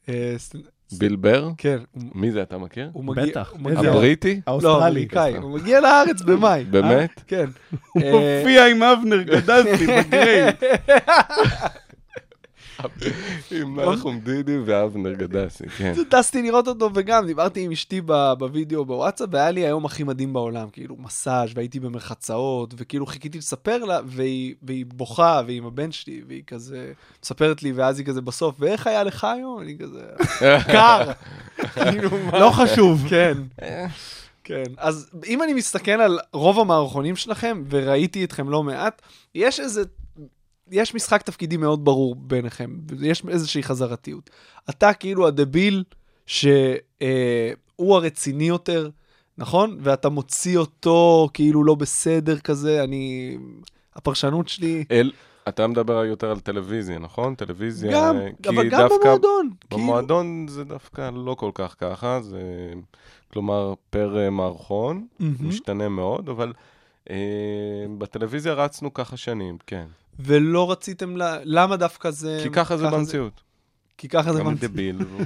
S4: אה, ס-
S7: ביל בר?
S4: כן, הוא-
S7: מי זה, אתה מכיר?
S4: הוא מגיע...
S8: בטח,
S4: הוא מגיע-
S8: איזה-
S7: הבריטי?
S4: לא,
S8: האוסטרלי.
S4: אמריקאי. הוא מגיע לארץ במאי.
S7: באמת?
S4: אה? כן.
S8: הוא
S4: אה,
S8: הופיע עם אבנר, גדלתי בגריי.
S7: [LAUGHS] עם נחום דידי ואבנר גדסי, [LAUGHS] כן.
S4: טסתי לראות אותו וגם דיברתי עם אשתי ב- בווידאו בוואטסאפ והיה לי היום הכי מדהים בעולם כאילו מסאז' והייתי במרחצאות וכאילו חיכיתי לספר לה והיא, והיא בוכה והיא עם הבן שלי והיא כזה מספרת לי ואז היא כזה בסוף ואיך היה לך היום אני כזה קר כאילו מה
S8: לא חשוב.
S4: כן. כן, אז אם אני מסתכל על רוב המערכונים שלכם, וראיתי אתכם לא מעט, יש איזה, יש משחק תפקידים מאוד ברור ביניכם, יש איזושהי חזרתיות. אתה כאילו הדביל שהוא אה, הוא הרציני יותר, נכון? ואתה מוציא אותו כאילו לא בסדר כזה, אני... הפרשנות שלי...
S7: אל, אתה מדבר יותר על טלוויזיה, נכון? טלוויזיה,
S4: גם,
S7: אה, כי
S4: אבל גם
S7: דווקא
S4: במועדון. כאילו-
S7: במועדון זה דווקא לא כל כך ככה, זה כלומר פר אה, מערכון,
S4: מהמם.
S7: משתנה מאוד, אבל אה, בטלוויזיה רצנו ככה שנים, כן.
S4: ולא רציתם, ל... למה דווקא אה, זה...
S7: כי ככה זה במציאות.
S4: כי ככה זה
S7: אני
S4: במציאות.
S7: דביל. והוא-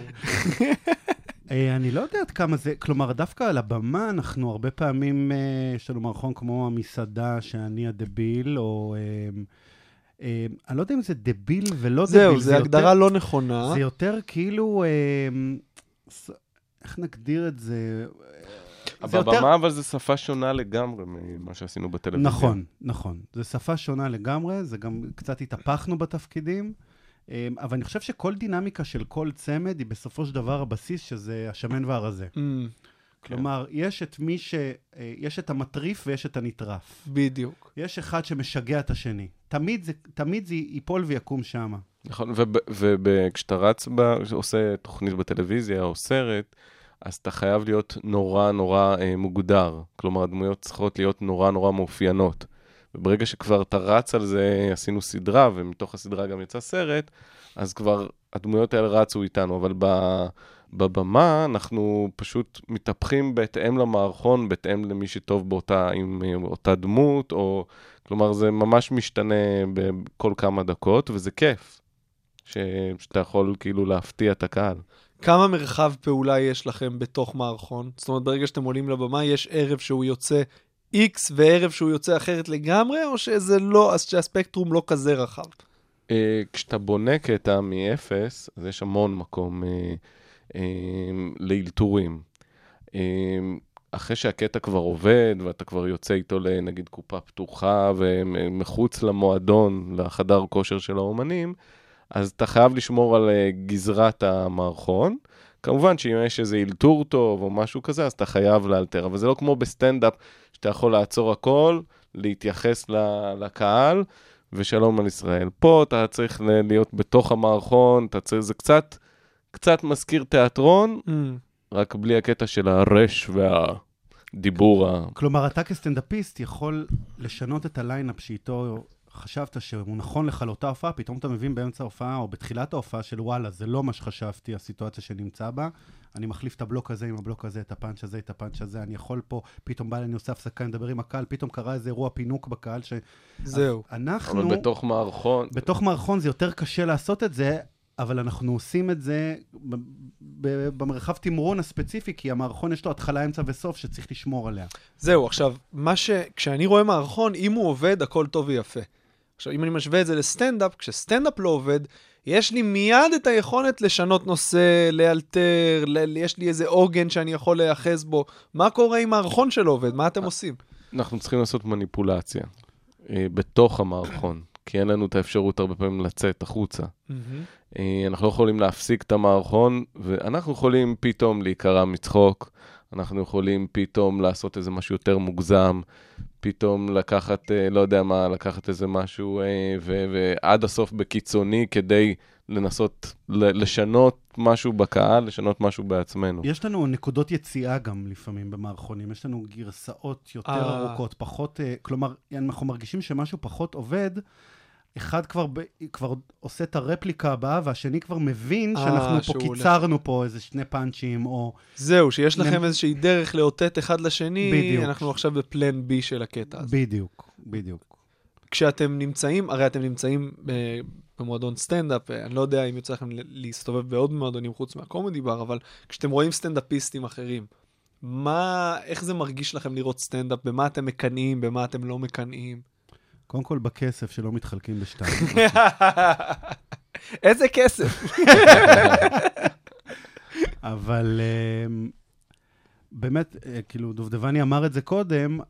S8: אה, אני לא יודעת כמה זה, כלומר, דווקא על הבמה אנחנו הרבה פעמים, אה, יש לנו מערכון כמו המסעדה שאני הדביל, או... אה, אה, אני לא יודע אם זה דביל ולא
S4: זהו,
S8: דביל.
S4: זו הגדרה לא נכונה.
S8: זה יותר כאילו... אה, ס- איך נגדיר את זה? זה יותר-
S7: בבמה אבל זו שפה שונה לגמרי ממה שעשינו בטלוויזיה.
S8: נכון, נכון. זו שפה שונה לגמרי, זה גם קצת התהפכנו בתפקידים, אה, אבל אני חושב שכל דינמיקה של כל צמד היא בסופו של דבר הבסיס, שזה השמן והרזה.
S4: אמ,
S8: כלומר, יש את מי ש... אה, יש את המטריף ויש את הנטרף.
S4: בדיוק.
S8: יש אחד שמשגע את השני. תמיד זה, תמיד זה ייפול ויקום שמה.
S7: נכון, וכשאתה רץ, ב- עושה תוכנית בטלוויזיה או סרט, אז אתה חייב להיות נורא נורא אה, מוגדר. כלומר, הדמויות צריכות להיות נורא נורא מאופיינות. וברגע שכבר אתה רץ על זה, עשינו סדרה, ומתוך הסדרה גם יצא סרט, אז כבר הדמויות האלה רצו איתנו. אבל ב- בבמה אנחנו פשוט מתהפכים בהתאם למערכון, בהתאם למי שטוב באותה, עם אה, אותה דמות, או... כלומר, זה ממש משתנה בכל כמה דקות, וזה כיף. ש... שאתה יכול כאילו להפתיע את הקהל.
S4: כמה מרחב פעולה יש לכם בתוך מערכון? זאת אומרת, ברגע שאתם עולים לבמה, יש ערב שהוא יוצא X וערב שהוא יוצא אחרת לגמרי, או שזה לא, אז שהספקטרום לא כזה רחב?
S7: אה, כשאתה בונה קטע מאפס, אז יש המון מקום אה, אה, לאלתורים. אה, אחרי שהקטע כבר עובד, ואתה כבר יוצא איתו לנגיד קופה פתוחה ומחוץ למועדון, לחדר כושר של האומנים, אז אתה חייב לשמור על אה, גזרת המערכון. כמובן שאם יש איזה אלתור טוב או משהו כזה, אז אתה חייב לאלתר. אבל זה לא כמו בסטנדאפ, שאתה יכול לעצור הכל, להתייחס ל- לקהל, ושלום על ישראל. פה אתה צריך ל- להיות בתוך המערכון, אתה צריך, זה קצת, קצת מזכיר תיאטרון,
S4: אמ,
S7: רק בלי הקטע של הרש והדיבור ה...
S8: כלומר, אתה כסטנדאפיסט יכול לשנות את הליינאפ שאיתו חשבת שהוא נכון לך לאותה הופעה, פתאום אתה מבין באמצע ההופעה או בתחילת ההופעה של וואלה, זה לא מה שחשבתי, הסיטואציה שנמצא בה. אני מחליף את הבלוק הזה עם הבלוק הזה, את הפאנץ' הזה, את הפאנץ' הזה, אני יכול פה, פתאום בא לי, אני עושה הפסקה, אני מדבר עם הקהל, פתאום קרה איזה אירוע פינוק בקהל,
S4: זהו.
S8: שאנחנו...
S7: אבל בתוך מערכון,
S8: בתוך מערכון זה יותר קשה לעשות את זה, אבל אנחנו עושים את זה ב- ב- במרחב תמרון הספציפי, כי המערכון יש לו התחלה, אמצע וסוף שצריך לשמור עליה.
S4: זהו, עכשיו, מה ש... כשאני רואה מערכון, אם הוא עובד, הכל טוב ויפה. עכשיו, אם אני משווה את זה לסטנדאפ, כשסטנדאפ לא עובד, יש לי מיד את היכולת לשנות נושא, לאלתר, ל... יש לי איזה עוגן שאני יכול להיאחז בו. מה קורה עם מערכון שלא עובד? מה אתם עושים?
S7: אנחנו צריכים לעשות מניפולציה אה, בתוך המערכון, כי אין לנו את האפשרות הרבה פעמים לצאת החוצה. אה, אנחנו לא יכולים להפסיק את המערכון, ואנחנו יכולים פתאום להיקרע מצחוק, אנחנו יכולים פתאום לעשות איזה משהו יותר מוגזם, פתאום לקחת, אה, לא יודע מה, לקחת איזה משהו, אה, ו- ועד הסוף בקיצוני כדי לנסות ל- לשנות משהו בקהל, לשנות משהו בעצמנו.
S8: יש לנו נקודות יציאה גם לפעמים במערכונים, יש לנו גרסאות יותר
S4: אה.
S8: ארוכות, פחות, אה, כלומר, אנחנו מרגישים שמשהו פחות עובד. אחד כבר, ב, כבר עושה את הרפליקה הבאה, והשני כבר מבין
S4: אה,
S8: שאנחנו פה
S4: שהוא הולך.
S8: קיצרנו פה איזה שני פאנצ'ים, או...
S4: זהו, שיש לכם
S8: נ-
S4: איזושהי דרך לאותת אחד לשני,
S8: בדיוק.
S4: אנחנו עכשיו בפלן B של הקטע הזה.
S8: בדיוק, בדיוק.
S4: כשאתם נמצאים, הרי אתם נמצאים אה, במועדון סטנדאפ, אה, אני לא יודע אם יוצא לכם ל- להסתובב בעוד מועדונים חוץ מהקומדי בר, אבל כשאתם רואים סטנדאפיסטים אחרים, מה, איך זה מרגיש לכם לראות סטנדאפ? במה אתם מקנאים, במה אתם לא מקנאים?
S8: קודם כל בכסף שלא מתחלקים בשתיים.
S4: [LAUGHS] איזה כסף.
S8: אבל אמ, באמת, אה, כאילו, דובדבני אמר את זה קודם, אמ,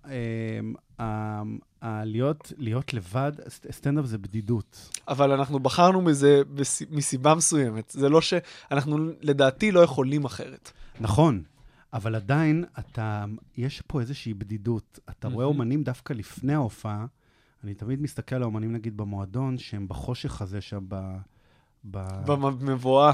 S8: ה- ה- להיות- להיות לבד, ס- סטנדאפ זה בדידות.
S4: אבל אנחנו בחרנו מזה בס- מסיבה מסוימת. זה לא שאנחנו, לדעתי, לא יכולים אחרת.
S8: נכון, אבל עדיין, אתה, יש פה איזושהי בדידות. אתה רואה אומנים דווקא לפני ההופעה, אני תמיד מסתכל על האומנים, נגיד, במועדון, שהם בחושך הזה שם, ב...
S4: אה.
S8: ב-
S4: במבואה.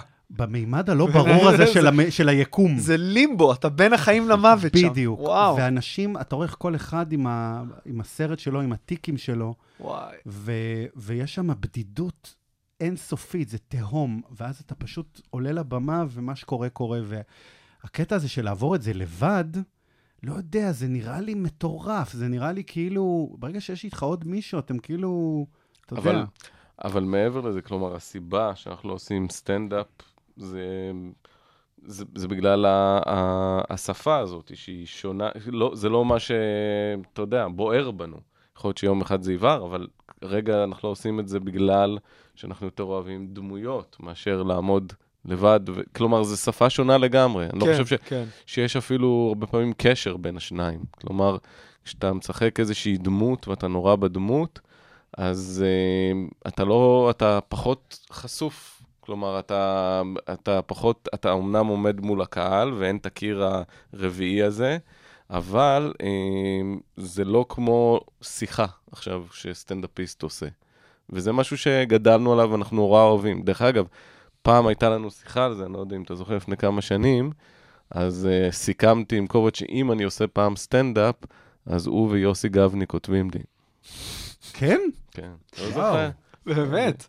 S4: [LAUGHS]
S8: במימד הלא ברור הזה של המ- של
S7: [LAUGHS]
S8: היקום.
S4: זה [LAUGHS] לימבו, אתה בין החיים למוות שם.
S8: בדיוק.
S4: וואו.
S8: ואנשים, אתה רואה איך כל אחד עם, ה, עם הסרט שלו, עם הטיקים שלו,
S4: וואי.
S8: ו, ויש שם בדידות אינסופית, זה תהום, ואז אתה פשוט עולה לבמה ומה שקורה קורה, והקטע הזה של לעבור את זה לבד, לא יודע, זה נראה לי מטורף, זה נראה לי כאילו, ברגע שיש איתך עוד מישהו, אתם כאילו... אתה
S7: אבל,
S8: יודע.
S7: אבל מעבר לזה, כלומר, הסיבה שאנחנו לא עושים סטנדאפ, זה, זה, זה בגלל ה, ה, השפה הזאת, שהיא שונה, לא, זה לא מה שאתה יודע, בוער בנו. יכול להיות שיום אחד זה יבער, אבל רגע אנחנו לא עושים את זה בגלל שאנחנו יותר אוהבים דמויות מאשר לעמוד לבד. ו... כלומר, זו שפה שונה לגמרי. אני לא
S4: כן,
S7: חושב ש...
S4: כן.
S7: שיש אפילו הרבה פעמים קשר בין השניים. כלומר, כשאתה משחק איזושהי דמות ואתה נורא בדמות, אז uh, אתה לא, אתה פחות חשוף. כלומר, אתה, אתה פחות, אתה אומנם עומד מול הקהל ואין את הקיר הרביעי הזה, אבל אה, זה לא כמו שיחה עכשיו שסטנדאפיסט עושה. וזה משהו שגדלנו עליו ואנחנו נורא אוהבים. דרך אגב, פעם הייתה לנו שיחה על זה, אני לא יודע אם אתה זוכר, לפני כמה שנים, אז uh, סיכמתי עם קובץ שאם אני עושה פעם סטנדאפ, אז הוא ויוסי גבני כותבים לי.
S8: כן?
S7: כן. לא זוכר?
S4: באמת.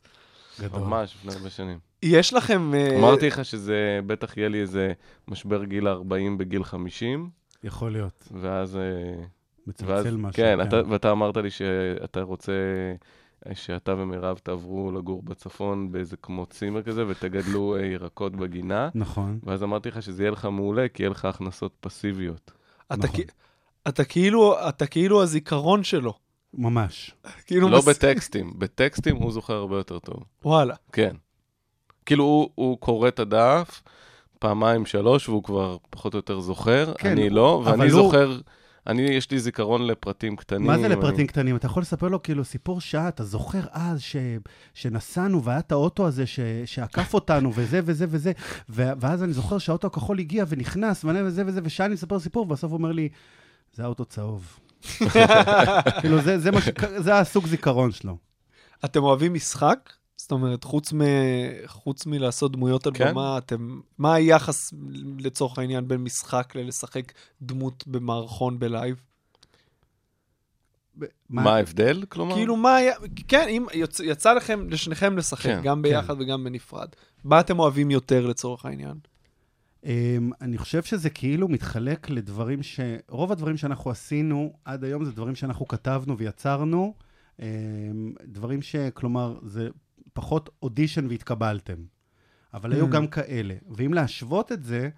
S7: ממש לפני הרבה שנים.
S4: יש לכם... אה,
S7: אמרתי לך שזה, בטח יהיה לי איזה משבר גיל 40 בגיל 50,
S8: יכול להיות.
S7: ואז... אה, ואז-
S8: מצלצל משהו.
S7: כן, אתה, ואתה אמרת לי שאתה רוצה, שאתה ומירב תעברו לגור בצפון באיזה כמו צימר כזה, ותגדלו אה, ירקות בגינה.
S8: נכון.
S7: ואז אמרתי לך שזה יהיה לך מעולה, כי יהיה לך הכנסות פסיביות.
S4: אתה
S8: נכון.
S4: כי- אתה כאילו, אתה כאילו הזיכרון שלו.
S8: ממש.
S4: כאילו
S7: לא
S4: מס-
S7: בטקסטים, בטקסטים הוא זוכר הרבה יותר טוב. [LAUGHS]
S4: וואלה.
S7: כן. כאילו, הוא, הוא קורא את הדף פעמיים, שלוש, והוא כבר פחות או יותר זוכר,
S8: כן,
S7: אני לא,
S8: אבל
S7: ואני
S8: הוא-
S7: זוכר, אני, יש לי זיכרון לפרטים קטנים.
S8: מה זה לפרטים
S7: אני-
S8: קטנים? אתה יכול לספר לו כאילו סיפור שעה, אתה זוכר אז ש... שנסענו והיה את האוטו הזה ש... שעקף אותנו וזה וזה וזה, ו... ואז אני זוכר שהאוטו הכחול הגיע ונכנס ואני וזה וזה, ושעה אני מספר סיפור, ובסוף הוא אומר לי, זה האוטו צהוב. כאילו זה, זה, מה ש... זה הסוג זיכרון שלו.
S4: אתם אוהבים משחק? זאת אומרת, חוץ, מ... חוץ מלעשות דמויות על
S7: כן.
S4: במה, אתם... מה היחס לצורך העניין בין משחק ללשחק דמות במערכון בלייב?
S8: ב-
S7: מה ההבדל, כלומר?
S4: כאילו, מה היה... כן, אם יצ... יצא לכם, לשניכם לשחק,
S7: כן,
S4: גם ביחד וגם בנפרד. מה אתם אוהבים יותר לצורך העניין?
S8: אמ, אני חושב שזה כאילו מתחלק לדברים ש... רוב הדברים שאנחנו עשינו עד היום זה דברים שאנחנו כתבנו ויצרנו, אמ, דברים ש... כלומר, זה פחות אודישן והתקבלתם. אבל היו
S4: Mm.
S8: גם כאלה. ואם להשוות את זה,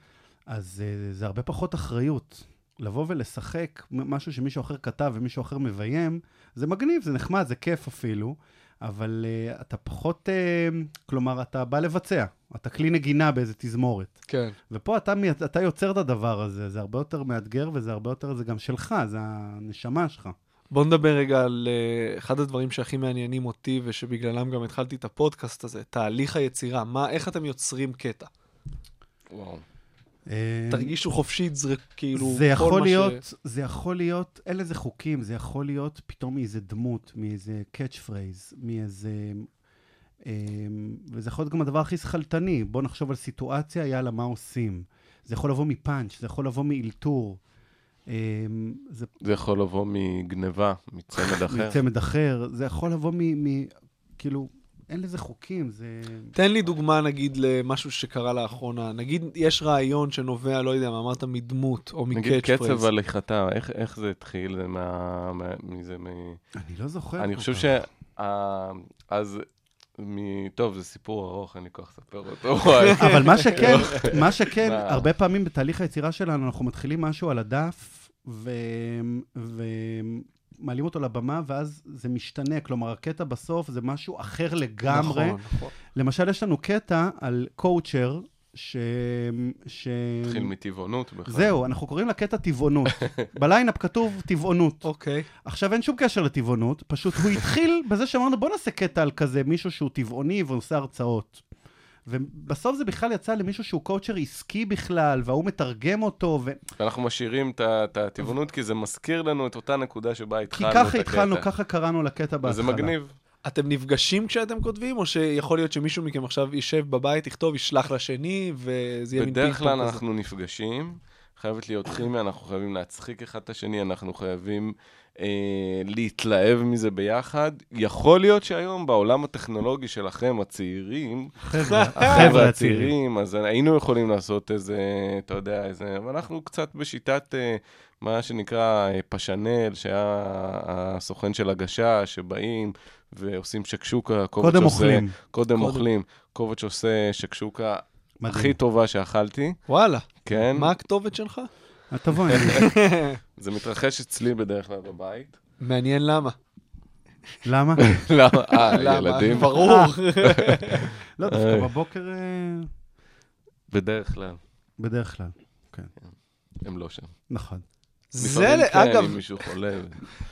S8: אז אה, זה הרבה פחות אחריות. לבוא ולשחק מ- משהו שמישהו אחר כתב ומישהו אחר מביים, זה מגניב, זה נחמד, זה כיף אפילו, אבל אה, אתה פחות... אה, כלומר, אתה בא לבצע. אתה כלי נגינה באיזה תזמורת.
S4: כן.
S8: ופה אתה, מי- אתה יוצר את הדבר הזה, זה הרבה יותר מאתגר וזה הרבה יותר, זה גם שלך, זה הנשמה שלך.
S4: בואו נדבר רגע על אה, אחד הדברים שהכי מעניינים אותי, ושבגללם גם התחלתי את הפודקאסט הזה, תהליך היצירה. מה, איך אתם יוצרים קטע?
S7: וואו.
S8: אה,
S4: תרגישו חופשי, תזרק, כאילו,
S8: זה
S4: כל
S8: יכול
S4: מה
S8: להיות, ש... זה יכול להיות, אין לזה חוקים, זה יכול להיות פתאום מאיזה דמות, מאיזה קאץ' פרייז, מאיזה... אה, וזה יכול להיות גם הדבר הכי שכלתני, בוא נחשוב על סיטואציה, יאללה, מה עושים? זה יכול לבוא מפאנץ', זה יכול לבוא מאלתור, אה, זה
S7: זה יכול לבוא מגניבה, מצמד אחר.
S8: מצמד אחר, זה יכול לבוא מ... מ כאילו, אין לזה חוקים, זה...
S4: תן לי דוגמה, נגיד, למשהו שקרה לאחרונה. נגיד, יש רעיון שנובע, לא יודע, מה אמרת, מדמות או
S7: נגיד
S4: מקאץ' פרייז.
S7: קצב הליכתה, איך, איך זה התחיל? זה מה... מה- מזה, מ...
S8: אני לא זוכר.
S7: אני
S8: כל
S7: חושב
S8: כך.
S7: שאז... מ... טוב, זה סיפור ארוך, אין לי כוח לספר אותו. וואי.
S8: אבל מה
S7: [LAUGHS]
S8: שכן, מה שכן,
S7: מה?
S8: הרבה פעמים בתהליך היצירה שלנו, אנחנו מתחילים משהו על הדף, ו... ומעלים אותו לבמה, ואז זה משתנה. כלומר, הקטע בסוף זה משהו אחר לגמרי.
S4: נכון, נכון.
S8: למשל, יש לנו קטע על קואוצ'ר, ש... ש...
S7: התחיל מטבעונות בכלל.
S8: זהו, אנחנו קוראים לקטע טבעונות. בליינאפ כתוב טבעונות.
S4: אוקיי.
S8: עכשיו, אין שום קשר לטבעונות, פשוט
S7: [LAUGHS]
S8: הוא התחיל בזה שאמרנו, בוא נעשה קטע על כזה מישהו שהוא טבעוני ועושה הרצאות. ובסוף זה בכלל יצא למישהו שהוא קואוצ'ר עסקי בכלל, וההוא מתרגם אותו, ו...
S7: אנחנו משאירים את ה- את הטבעונות, כי זה מזכיר לנו את אותה נקודה שבה
S8: כי
S7: התחלנו את הקטע.
S8: ככה התחלנו, ככה קראנו לקטע בהתחלה.
S7: זה מגניב.
S4: אתם נפגשים כשאתם כותבים, או שיכול להיות שמישהו מכם עכשיו יישב בבית, יכתוב, ישלח לשני, וזה יהיה מין פינג
S7: בדרך
S4: פונג
S7: כלל
S4: כזה?
S7: אנחנו נפגשים, חייבת להיות כימיה, אנחנו חייבים להצחיק אחד את השני, אנחנו חייבים אה, להתלהב מזה ביחד. יכול להיות שהיום בעולם הטכנולוגי שלכם, הצעירים,
S8: חבר'ה, החבר'ה הצעירים.
S7: אז היינו יכולים לעשות איזה, אתה יודע, איזה, אבל אנחנו קצת בשיטת אה, מה שנקרא אה, פשנל, שהיה הסוכן של הגשה, שבאים ועושים שקשוקה. קובץ'
S8: קודם כן.
S7: עושה-
S8: אוכלים.
S7: קודם
S4: קודם.
S7: אוכלים. קובץ' עושה שקשוקה
S8: מדהים.
S7: [LAUGHS] הכי טובה שאכלתי,
S4: וואלה,
S7: כן?
S4: מה הכתובת שלך?
S8: אה, תבוא, אני-
S7: זה מתרחש אצלי בדרך כלל בבית.
S4: מעניין למה.
S7: [LAUGHS]
S8: למה?
S7: למה?
S4: [LAUGHS]
S7: אה,
S4: למה?
S7: ילדים.
S4: ברור.
S8: [LAUGHS] לא, דווקא בבוקר אה,
S7: בדרך כלל,
S8: בדרך כלל.
S7: הם לא שם.
S8: נכון.
S4: זה,
S7: לפעמים כן,
S4: אגב,
S7: אם מישהו חולה.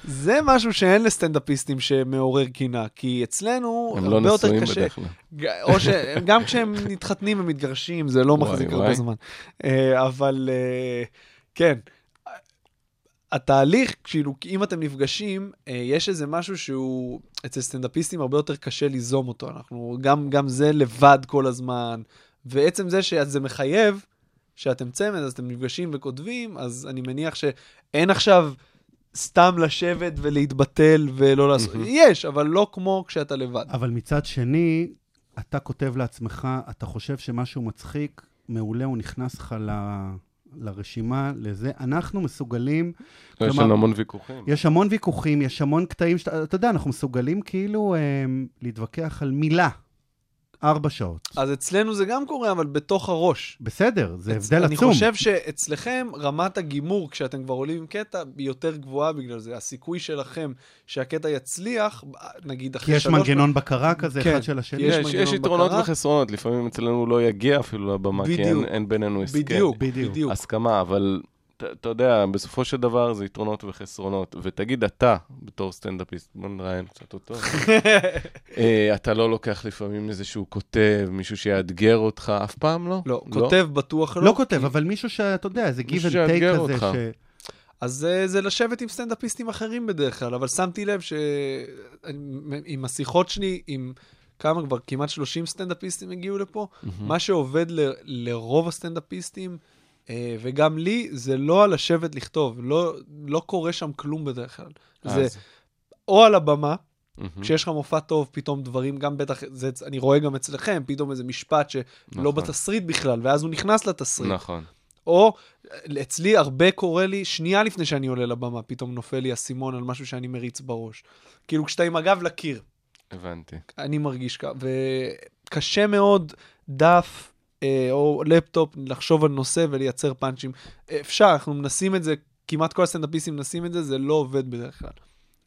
S4: זה משהו שאין לסטנדאפיסטים שמעורר קינה, כי אצלנו
S7: הם לא
S4: הרבה יותר
S7: נשואים
S4: קשה.
S7: בדרך כלל.
S4: ג- או שגם כשהם מתחתנים הם מתגרשים, זה לא
S7: וואי,
S4: מחזיק
S7: וואי.
S4: הרבה זמן. אה, אבל אה, כן, התהליך, כאילו, אם אתם נפגשים, אה, יש איזה משהו שהוא אצל סטנדאפיסטים הרבה יותר קשה ליזום אותו. אנחנו, גם, גם זה לבד כל הזמן, ועצם זה שזה מחייב שאתם צמד, אז אתם נפגשים וכותבים, אז אני מניח שאין עכשיו... סתם לשבת ולהתבטל ולא לעשות, יש, אבל לא כמו כשאתה לבד.
S8: אבל מצד שני, אתה כותב לעצמך, אתה חושב שמשהו מצחיק, מעולה, הוא נכנס לך ל- לרשימה, לזה. אנחנו מסוגלים,
S7: יש
S8: כלומר-
S7: לנו המון ויכוחים.
S8: יש המון ויכוחים, יש המון קטעים, שאתה, אתה יודע, אנחנו מסוגלים כאילו אה, להתווכח על מילה, ארבע שעות.
S4: אז אצלנו זה גם קורה, אבל בתוך הראש.
S8: בסדר,
S4: אצ-
S8: זה הבדל
S4: אני
S8: עצום.
S4: חושב שאצלכם רמת הגימור, כשאתם כבר עולים עם קטע, היא יותר גבוהה בגלל זה. הסיכוי שלכם שהקטע יצליח, נגיד אחרי
S8: כי יש
S4: שלוש-
S8: מנגנון בקרה כזה,
S4: כן,
S8: אחד של השני.
S4: יש
S7: יש, יש
S4: מנגנון
S7: יתרונות
S4: בקרה.
S7: וחסרונות, לפעמים אצלנו הוא לא יגיע אפילו לבמה, כי אין,
S4: בדיוק.
S7: אין בינינו הסכם.
S4: בדיוק,
S8: בדיוק.
S4: בדיוק.
S7: הסכמה, אבל ת- אתה יודע, בסופו של דבר זה יתרונות וחסרונות. ותגיד אתה, בתור סטנדאפיסט, בוא נראיין
S4: [LAUGHS]
S7: קצת אותו, אה, אתה לא לוקח לפעמים איזשהו כותב, מישהו שיאתגר אותך, אף פעם לא?
S4: לא, כותב בטוח
S8: לא
S4: לא.
S8: כותב, אבל מישהו שאתה יודע, זה give
S7: מישהו
S8: and
S7: שיאתגר
S8: take כזה,
S7: אותך.
S8: ש...
S4: אז זה, זה לשבת עם סטנדאפיסטים אחרים בדרך כלל, אבל שמתי לב שעם השיחות שלי, עם כמה כבר, כמעט 30 סטנדאפיסטים הגיעו לפה, מה שעובד ל, לרוב הסטנדאפיסטים, אה, וגם לי, זה לא על לשבת לכתוב, לא, לא קורה שם כלום בדרך כלל. זה
S7: אה, אז.
S4: או על הבמה,
S7: מהמם.
S4: כשיש לך מופע טוב, פתאום דברים, גם בטח, זה, אצ- אני רואה גם אצלכם, פתאום איזה משפט שלא
S7: נכון.
S4: בתסריט בכלל, ואז הוא נכנס לתסריט.
S7: נכון.
S4: או אצלי הרבה קורה לי, שנייה לפני שאני עולה לבמה, פתאום נופל לי אסימון על משהו שאני מריץ בראש. כאילו, כשאתה עם הגב לקיר,
S7: הבנתי.
S4: אני מרגיש ככה, וקשה מאוד דף אה, או לפטופ לחשוב על נושא ולייצר פאנצ'ים. אפשר, אנחנו מנסים את זה, כמעט כל הסטנדאפיסטים מנסים את זה, זה לא עובד בדרך כלל.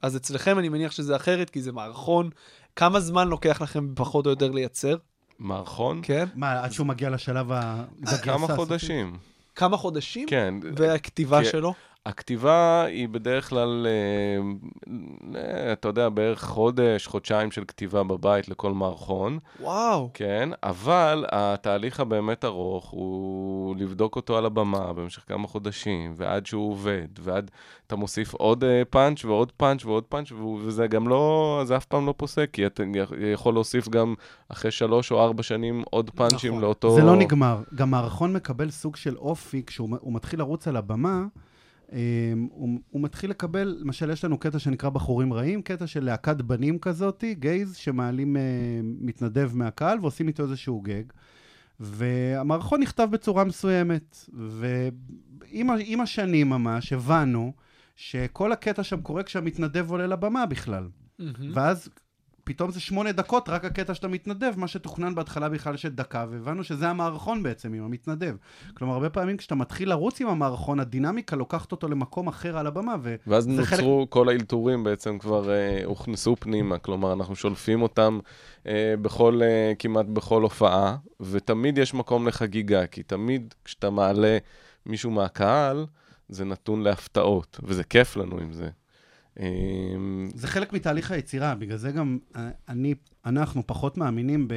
S4: אז אצלכם אני מניח שזה אחרת, כי זה מערכון. כמה זמן לוקח לכם פחות או יותר לייצר?
S7: מערכון? אה,
S4: כן.
S8: מה, עד שהוא מגיע לשלב ה... בגרסה
S7: כמה
S8: הסופית?
S7: חודשים.
S4: כמה חודשים?
S7: כן.
S4: והכתיבה
S7: כן.
S4: שלו?
S7: הכתיבה היא בדרך כלל, אה, אה, אתה יודע, בערך חודש, חודשיים של כתיבה בבית לכל מערכון.
S4: וואו.
S7: כן, אבל התהליך הבאמת ארוך הוא לבדוק אותו על הבמה במשך כמה חודשים, ועד שהוא עובד, ועד אתה מוסיף עוד אה, פאנץ' ועוד פאנץ' ועוד פאנץ', והוא- וזה גם לא, זה אף פעם לא פוסק, כי אתה יכ- יכול להוסיף גם אחרי שלוש או ארבע שנים עוד פאנצ'ים
S8: נכון.
S7: לאותו...
S8: זה לא נגמר. גם מערכון מקבל סוג של אופי, כשהוא מ- הוא מתחיל לרוץ על הבמה, אמ, הוא, הוא מתחיל לקבל, למשל, יש לנו קטע שנקרא בחורים רעים, קטע של להקת בנים כזאתי, גייז, שמעלים אה, מתנדב מהקהל ועושים איתו איזשהו גג. והמערכון נכתב בצורה מסוימת, ועם ה- עם השנים ממש הבנו שכל הקטע שם קורה כשהמתנדב עולה לבמה בכלל. ואז פתאום זה שמונה דקות, רק הקטע של המתנדב, מה שתוכנן בהתחלה בכלל של דקה, והבנו שזה המערכון בעצם עם המתנדב. כלומר, הרבה פעמים כשאתה מתחיל לרוץ עם המערכון, הדינמיקה לוקחת אותו למקום אחר על הבמה, ו...
S7: ואז
S8: זה חלק-
S7: נוצרו כל האלתורים בעצם כבר אה, הוכנסו פנימה, כלומר, אנחנו שולפים אותם אה, בכל, אה, כמעט בכל הופעה, ותמיד יש מקום לחגיגה, כי תמיד כשאתה מעלה מישהו מהקהל, זה נתון להפתעות, וזה כיף לנו עם זה. אה,
S8: זה חלק מתהליך היצירה, בגלל זה גם אה, אני, אנחנו פחות מאמינים ב...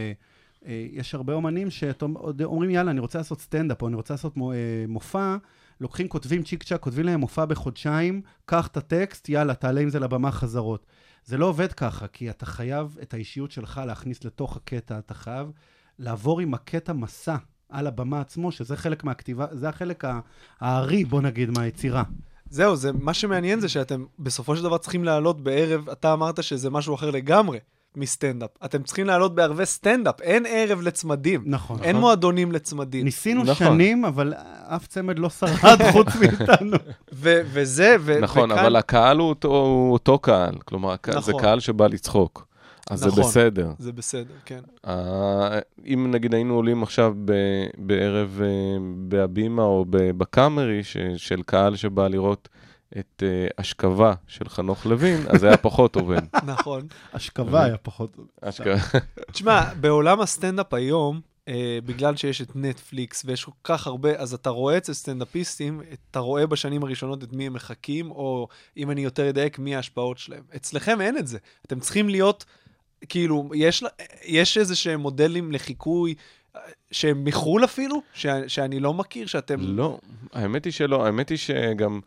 S8: אה, יש הרבה אומנים שאומרים, יאללה, אני רוצה לעשות סטנדאפ, או אני רוצה לעשות מו- אה, מופע, לוקחים, כותבים צ'יק צ'אק, כותבים להם מופע בחודשיים, קח את הטקסט, יאללה, תעלה עם זה לבמה חזרות. זה לא עובד ככה, כי אתה חייב את האישיות שלך להכניס לתוך הקטע, אתה חייב לעבור עם הקטע מסע על הבמה עצמו, שזה חלק מהכתיבה, זה החלק ה- הארי, בוא נגיד, מהיצירה.
S4: זהו, זה, מה שמעניין זה שאתם בסופו של דבר צריכים לעלות בערב, אתה אמרת שזה משהו אחר לגמרי. מסטנדאפ. אתם צריכים לעלות בערבי סטנדאפ, אין ערב לצמדים.
S8: נכון.
S4: אין מועדונים לצמדים.
S8: ניסינו
S7: נכון.
S8: שנים, אבל אף צמד לא
S7: [LAUGHS]
S8: שרד חוץ מאיתנו.
S4: ו- וזה, ו-
S7: נכון,
S4: וכאן-
S7: אבל הקהל הוא אותו- הוא אותו קהל, כלומר, הק- זה
S4: נכון.
S7: קהל שבא לצחוק, אז זה
S4: נכון.
S7: בסדר.
S4: זה בסדר, כן.
S7: אה, אם נגיד היינו עולים עכשיו ב, בערב אה, בהבימה או ב- בקאמרי ש, של קהל שבא לראות את אה, אשכבה של חנוך לוין, אז זה היה
S4: [LAUGHS]
S7: פחות עובד.
S4: נכון.
S7: אוקיי.
S8: אשכבה היה פחות...
S7: אשכבה.
S4: תשמע, בעולם הסטנדאפ היום, אה, בגלל שיש את נטפליקס ויש כל כך הרבה, אז אתה רואה אצל סטנדאפיסטים, אתה רואה בשנים הראשונות את מי הם מחקים, או אם אני יותר אדייק, מי ההשפעות שלהם. אצלכם אין את זה. אתם צריכים להיות, כאילו, יש, לה- יש איזה שהם מודלים לחיקוי, אה, שהם מחו"ל אפילו, ש, שאני לא מכיר, שאתם...
S7: לא, האמת היא שלא, האמת היא שגם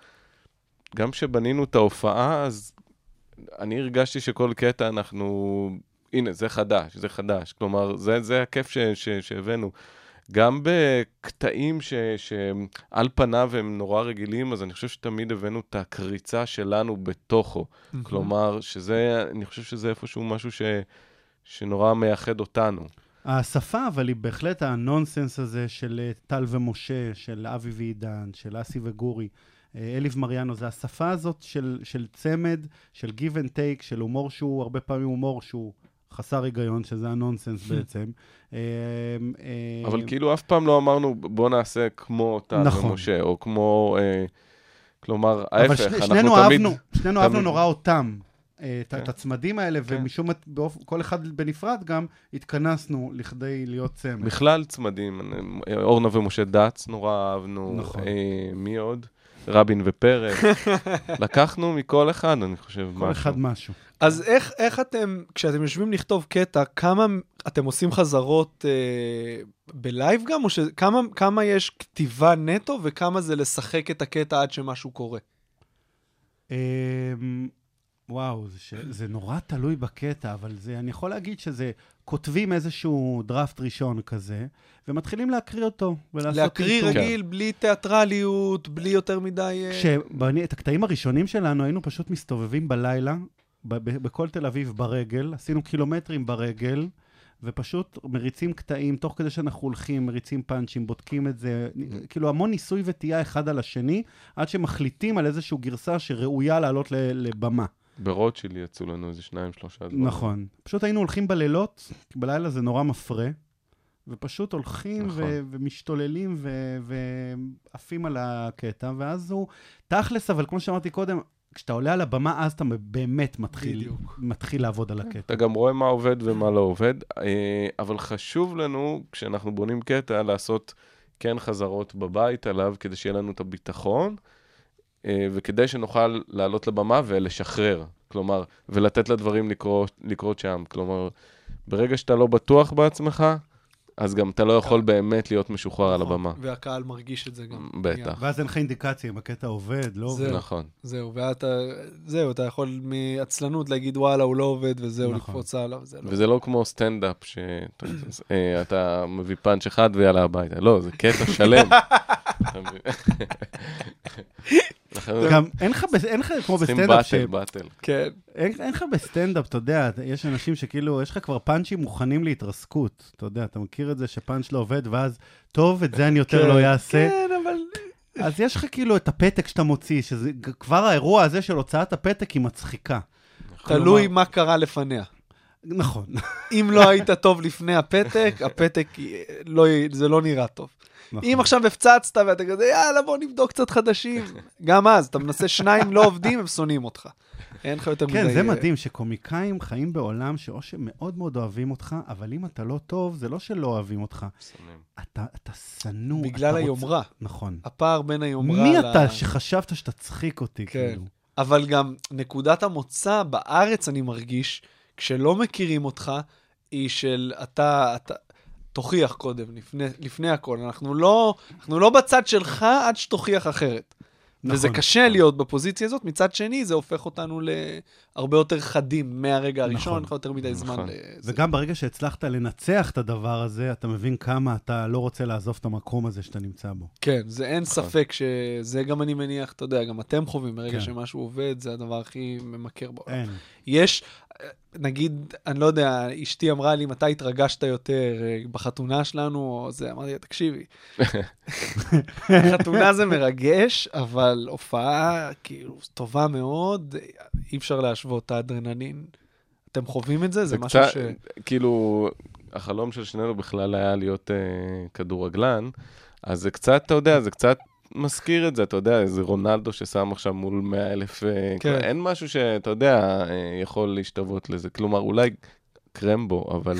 S7: גם כשבנינו את ההופעה, אז אני הרגשתי שכל קטע אנחנו, הנה, זה חדש, זה חדש. כלומר, זה, זה הכיף ש, ש, שהבאנו. גם בקטעים ש, שעל פניו הם נורא רגילים, אז אני חושב שתמיד הבאנו את הקריצה שלנו בתוכו. כלומר, שזה, אני חושב שזה איפשהו משהו ש, שנורא מייחד אותנו.
S8: השפה, אבל היא בהחלט הנונסנס הזה של אה, טל ומשה, של אבי ועידן, של אסי וגורי, אה, אליב מריאנו, זה השפה הזאת של, של צמד, של give and take, של הומור שהוא הרבה פעמים הומור שהוא חסר היגיון, שזה הנונסנס
S7: [LAUGHS]
S8: בעצם. אה, אה,
S7: אבל כאילו אף פעם לא אמרנו, בוא נעשה כמו טל
S8: נכון.
S7: ומשה, או כמו... אה, כלומר,
S8: אבל
S7: ההפך,
S8: שני-
S7: אנחנו
S8: שנינו
S7: תמיד...
S8: אהבנו, שנינו אהבנו נורא אותם. אה, את- את
S7: כן.
S8: הצמדים האלה,
S7: כן.
S8: ומשום מה, באופ- כל אחד בנפרד גם, התכנסנו לכדי להיות צמד.
S7: בכלל צמדים, אה, אורנה ומשה דץ נורא אהבנו.
S8: נכון.
S7: אה, מי עוד? רבין ופרק.
S8: [LAUGHS]
S7: לקחנו מכל אחד, אני חושב,
S8: כל
S7: משהו.
S8: אחד משהו.
S4: אז איך, איך אתם, כשאתם יושבים לכתוב קטע, כמה אתם עושים חזרות אה, בלייב גם, או שכמה כמה יש כתיבה נטו וכמה זה לשחק את הקטע עד שמשהו קורה?
S8: אמ, וואו, זה, ש... זה נורא תלוי בקטע, אבל זה, אני יכול להגיד שזה, כותבים איזשהו דראפט ראשון כזה, ומתחילים להקריא אותו, ולעשות
S4: להקריא
S8: טלטול.
S4: רגיל,
S7: כן.
S4: בלי תיאטרליות, בלי יותר מדי... אה,
S8: כשאת הקטעים הראשונים שלנו היינו פשוט מסתובבים בלילה, ב- ב- בכל תל אביב ברגל, עשינו קילומטרים ברגל, ופשוט מריצים קטעים, תוך כדי שאנחנו הולכים, מריצים פאנצ'ים, בודקים את זה, נ- כאילו המון ניסוי וטעייה אחד על השני, עד שמחליטים על איזושהי גרסה שראויה לעלות ל- לבמה.
S7: ברוטשילד יצאו לנו איזה שניים, שלושה דברים.
S8: נכון. פשוט היינו הולכים בלילות, כי בלילה זה נורא מפרה, ופשוט הולכים
S7: נכון.
S8: ו- ומשתוללים ו- ועפים על הקטע, ואז הוא... תכלס, אבל כמו שאמרתי קודם, כשאתה עולה על הבמה, אז אתה באמת מתחיל,
S4: בדיוק.
S8: מתחיל לעבוד על
S7: כן. אתה
S8: הקטע.
S7: גם רואה מה עובד ומה לא עובד, אה, אבל חשוב לנו, כשאנחנו בונים קטע, לעשות כן חזרות בבית עליו, כדי שיהיה לנו את הביטחון, אה, וכדי שנוכל לעלות לבמה ולשחרר, כלומר, ולתת לדברים לקרות, לקרות שם. כלומר, ברגע שאתה לא בטוח בעצמך, אז גם אתה לא יכול באמת להיות משוחרר על
S4: נכון.
S7: הבמה.
S4: והקהל מרגיש את זה גם.
S7: בטח,
S8: ואז אין לך אינדיקציה אם הקטע עובד, לא
S4: זהו.
S8: עובד.
S7: נכון.
S4: זהו, ואתה, זהו, אתה יכול מעצלנות להגיד וואלה, הוא לא עובד, וזהו,
S8: נכון.
S4: לקפוץ הלאה, וזה לא.
S7: וזה לא כמו סטנדאפ, שאתה מביא פאנץ' אחד ויאללה הביתה. לא, זה קטע שלם. אתה מבין? לכן
S8: גם אין לך, בס- אין לך כמו
S7: צריכים
S8: בסטנדאפ, ש...
S7: באטל, באטל.
S4: כן,
S8: אין, אין לך בסטנדאפ, אתה יודע, יש אנשים שכאילו, יש לך כבר פאנצ'ים מוכנים להתרסקות. אתה יודע, אתה מכיר את זה שפאנץ' לא עובד, ואז, טוב, את זה אני יותר
S4: כן,
S8: לא אעשה.
S4: כן, אבל...
S8: אז יש לך כאילו את הפתק שאתה מוציא, שזה כבר האירוע הזה של הוצאת הפתק היא מצחיקה.
S4: תלוי מה קרה לפניה.
S8: נכון.
S4: [LAUGHS] אם לא היית טוב לפני הפתק, הפתק, אה, לא, י- זה לא נראה טוב.
S8: נכון.
S4: אם עכשיו הפצצת ואתה כזה, יאללה, בוא נבדוק קצת חדשים. גם אז, אתה מנסה שניים לא עובדים, הם שונאים אותך. אין לך יותר מדי...
S8: כן, זה
S4: אה,
S8: מדהים שקומיקאים חיים בעולם שאו שמאוד מאוד אוהבים אותך, אבל אם אתה לא טוב, זה לא שלא אוהבים אותך. אתה אתה שנוא.
S4: בגלל
S8: אתה
S4: היומרה.
S8: רוצה- נכון.
S4: אה, הפער בין היומרה...
S8: מי
S4: ל-
S8: אתה שחשבת שתצחיק אותי,
S4: כן.
S8: כאילו?
S4: אבל גם נקודת המוצא בארץ, אני מרגיש, כשלא מכירים אותך, היא של אתה, אתה תוכיח קודם, לפני, לפני הכל. אנחנו לא, אנחנו לא בצד שלך עד שתוכיח אחרת. נכון. וזה
S8: נכון.
S4: קשה להיות בפוזיציה הזאת. מצד שני, זה הופך אותנו להרבה יותר חדים מהרגע הראשון,
S8: נכון.
S4: נכון. אין לך יותר מדי זמן.
S7: נכון.
S4: לזה.
S8: וגם ברגע שהצלחת לנצח את הדבר הזה, אתה מבין כמה אתה לא רוצה לעזוב את המקום הזה שאתה נמצא בו.
S4: כן, זה אין ספק שזה גם אני מניח, אתה יודע, גם אתם חווים, ברגע
S8: כן.
S4: שמשהו עובד, זה הדבר הכי ממכר בעולם.
S8: אין.
S4: יש, נגיד, אני לא יודע, אשתי אמרה לי, מתי התרגשת יותר, אה, בחתונה שלנו, או זה, אמרתי לה,
S8: [LAUGHS]
S4: תקשיבי, חתונה זה מרגש, אבל הופעה, כאילו, טובה מאוד, אי אפשר להשוות את האדרנלין. אתם חווים את זה? זה משהו
S7: קצת-
S4: ש...
S7: כאילו, החלום של שנינו בכלל היה להיות אה, כדורגלן, אז זה קצת, אתה יודע, זה קצת מזכיר את זה, אתה יודע, איזה רונלדו ששם עכשיו מול 100 אלף, אה,
S4: כן.
S7: כבר אין משהו שאתה יודע, אה, יכול להשתוות לזה. כלומר, אולי קרמבו, אבל...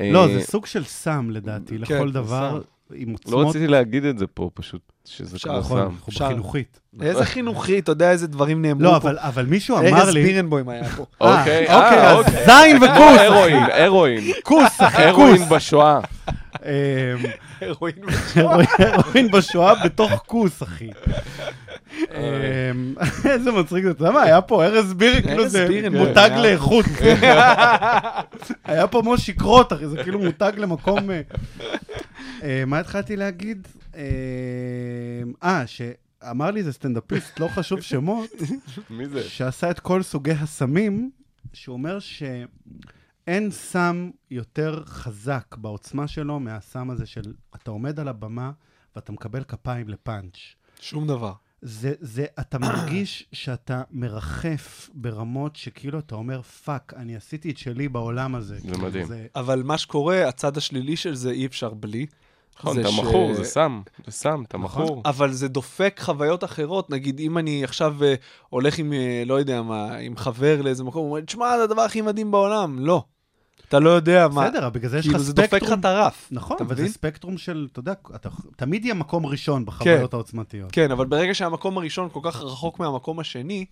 S7: אה,
S8: לא, זה סוג של סם לדעתי, לכל
S4: זה
S8: דבר, עם עוצמות.
S7: לא רציתי להגיד את זה פה, פשוט,
S4: [LAUGHS]
S7: שזה
S4: אפשר,
S7: כמו
S8: נכון,
S7: סם.
S8: אנחנו
S4: אפשר.
S8: בחינוכית.
S4: איזה חינוכי, אתה יודע איזה דברים נאמרו פה.
S8: נכון. לא, אבל- אבל מישהו אמר
S4: ארז
S8: לי,
S4: בירנבוים היה פה.
S7: [LAUGHS] אוקיי,
S8: אה,
S7: אה,
S8: אז
S7: אוקיי.
S8: זין וכוס,
S7: הרואין, הרואין,
S8: כוס, אחי,
S7: הרואין [LAUGHS] בשואה.
S8: אמ,
S4: הרואין.
S8: הרואין בשואה בתוך כוס, אחי. אמ, איזה מצחיק זה, אתה יודע מה, היה פה ארז בירי, כאילו
S4: ארז
S8: זה
S4: בירי,
S8: מותג
S4: כן.
S8: לאיכות. [LAUGHS] היה פה מושי קרוט, אחי, זה כאילו מותג למקום... אה. אה, מה התחלתי להגיד? אמ, אה, שאמר לי איזה סטנדאפיסט, לא חשוב שמות,
S7: מי זה?
S8: שעשה את כל סוגי הסמים, שהוא אומר שאין סם יותר חזק בעוצמה שלו מהסם הזה של אתה עומד על הבמה ואתה מקבל כפיים לפאנץ'.
S4: שום דבר.
S8: זה, זה, אתה מרגיש שאתה מרחף ברמות שכאילו אתה אומר, פאק, אני עשיתי את שלי בעולם הזה. כאילו,
S7: מדהים.
S8: זה,
S4: אבל מה שקורה, הצד השלילי של זה אי אפשר בלי.
S7: נכון,
S4: זה
S7: אתה
S4: ש- נכון.
S7: מכור, זה סם, זה סם, אתה מכור.
S4: אבל זה דופק חוויות אחרות. נגיד, אם אני עכשיו אה, הולך עם, אה, לא יודע מה, עם חבר לאיזה מקום, הוא אומר, תשמע, זה הדבר הכי מדהים בעולם. לא. אתה לא יודע מה.
S8: בסדר, בגלל זה יש לך
S4: כאילו, זה דופק לך
S8: ספקטרום.
S4: את הרף.
S8: נכון,
S4: אתה
S8: אבל
S4: מבין?
S8: זה ספקטרום של, אתה יודע, אתה, תמיד יהיה מקום ראשון בחוויות העוצמתיות.
S4: כן, אבל ברגע שהמקום הראשון כל כך רחוק מהמקום השני,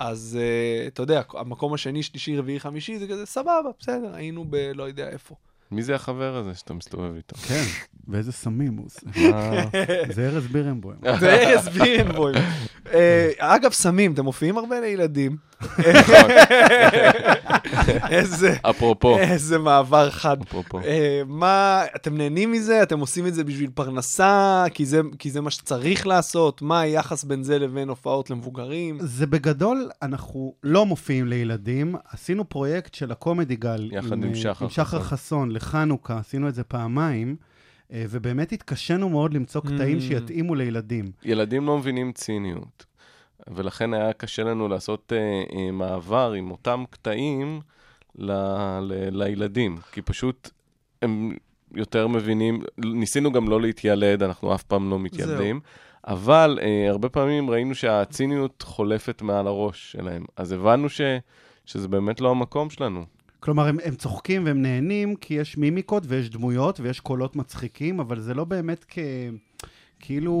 S4: אז אה, אתה יודע, המקום השני, שלישי, רביעי, חמישי, זה כזה, סבבה, בסדר, היינו ב... לא יודע
S8: [LAUGHS]
S4: איפה.
S7: מי זה החבר הזה שאתה מסתובב
S4: [LAUGHS]
S7: איתו?
S8: כן, ואיזה סמים הוא עושה.
S7: אה,
S4: כן.
S8: זה ארז
S4: [LAUGHS]
S8: בירנבוים.
S4: זה ארז בירנבוים. אה, אגב, סמים, אתם מופיעים הרבה לילדים.
S8: נכון.
S4: [LAUGHS] איזה...
S7: אפרופו,
S4: איזה מעבר חד. [LAUGHS]
S7: אפרופו.
S4: אה, מה, אתם נהנים מזה? אתם עושים את זה בשביל פרנסה? כי זה, כי זה מה שצריך לעשות? מה היחס בין זה לבין הופעות למבוגרים?
S8: זה בגדול, אנחנו לא מופיעים לילדים. עשינו פרויקט של הקומדי גל.
S7: יחד עם
S8: אה,
S7: שחר
S8: עם שחר
S7: חסון.
S8: חסון לחנוכה, עשינו את זה פעמיים, אה, ובאמת התקשינו מאוד למצוא קטעים
S4: Mm.
S8: שיתאימו לילדים.
S7: ילדים לא מבינים ציניות, ולכן היה קשה לנו לעשות אה, אה, מעבר עם אותם קטעים ל, ל, לילדים, כי פשוט הם יותר מבינים, ניסינו גם לא להתיילד, אנחנו אף פעם לא מתיילדים, אבל אה, הרבה פעמים ראינו שהציניות חולפת מעל הראש שלהם, אז הבנו ש, שזה באמת לא המקום שלנו.
S8: כלומר, הם, הם צוחקים והם נהנים, כי יש מימיקות ויש דמויות ויש קולות מצחיקים, אבל זה לא באמת כ... כאילו...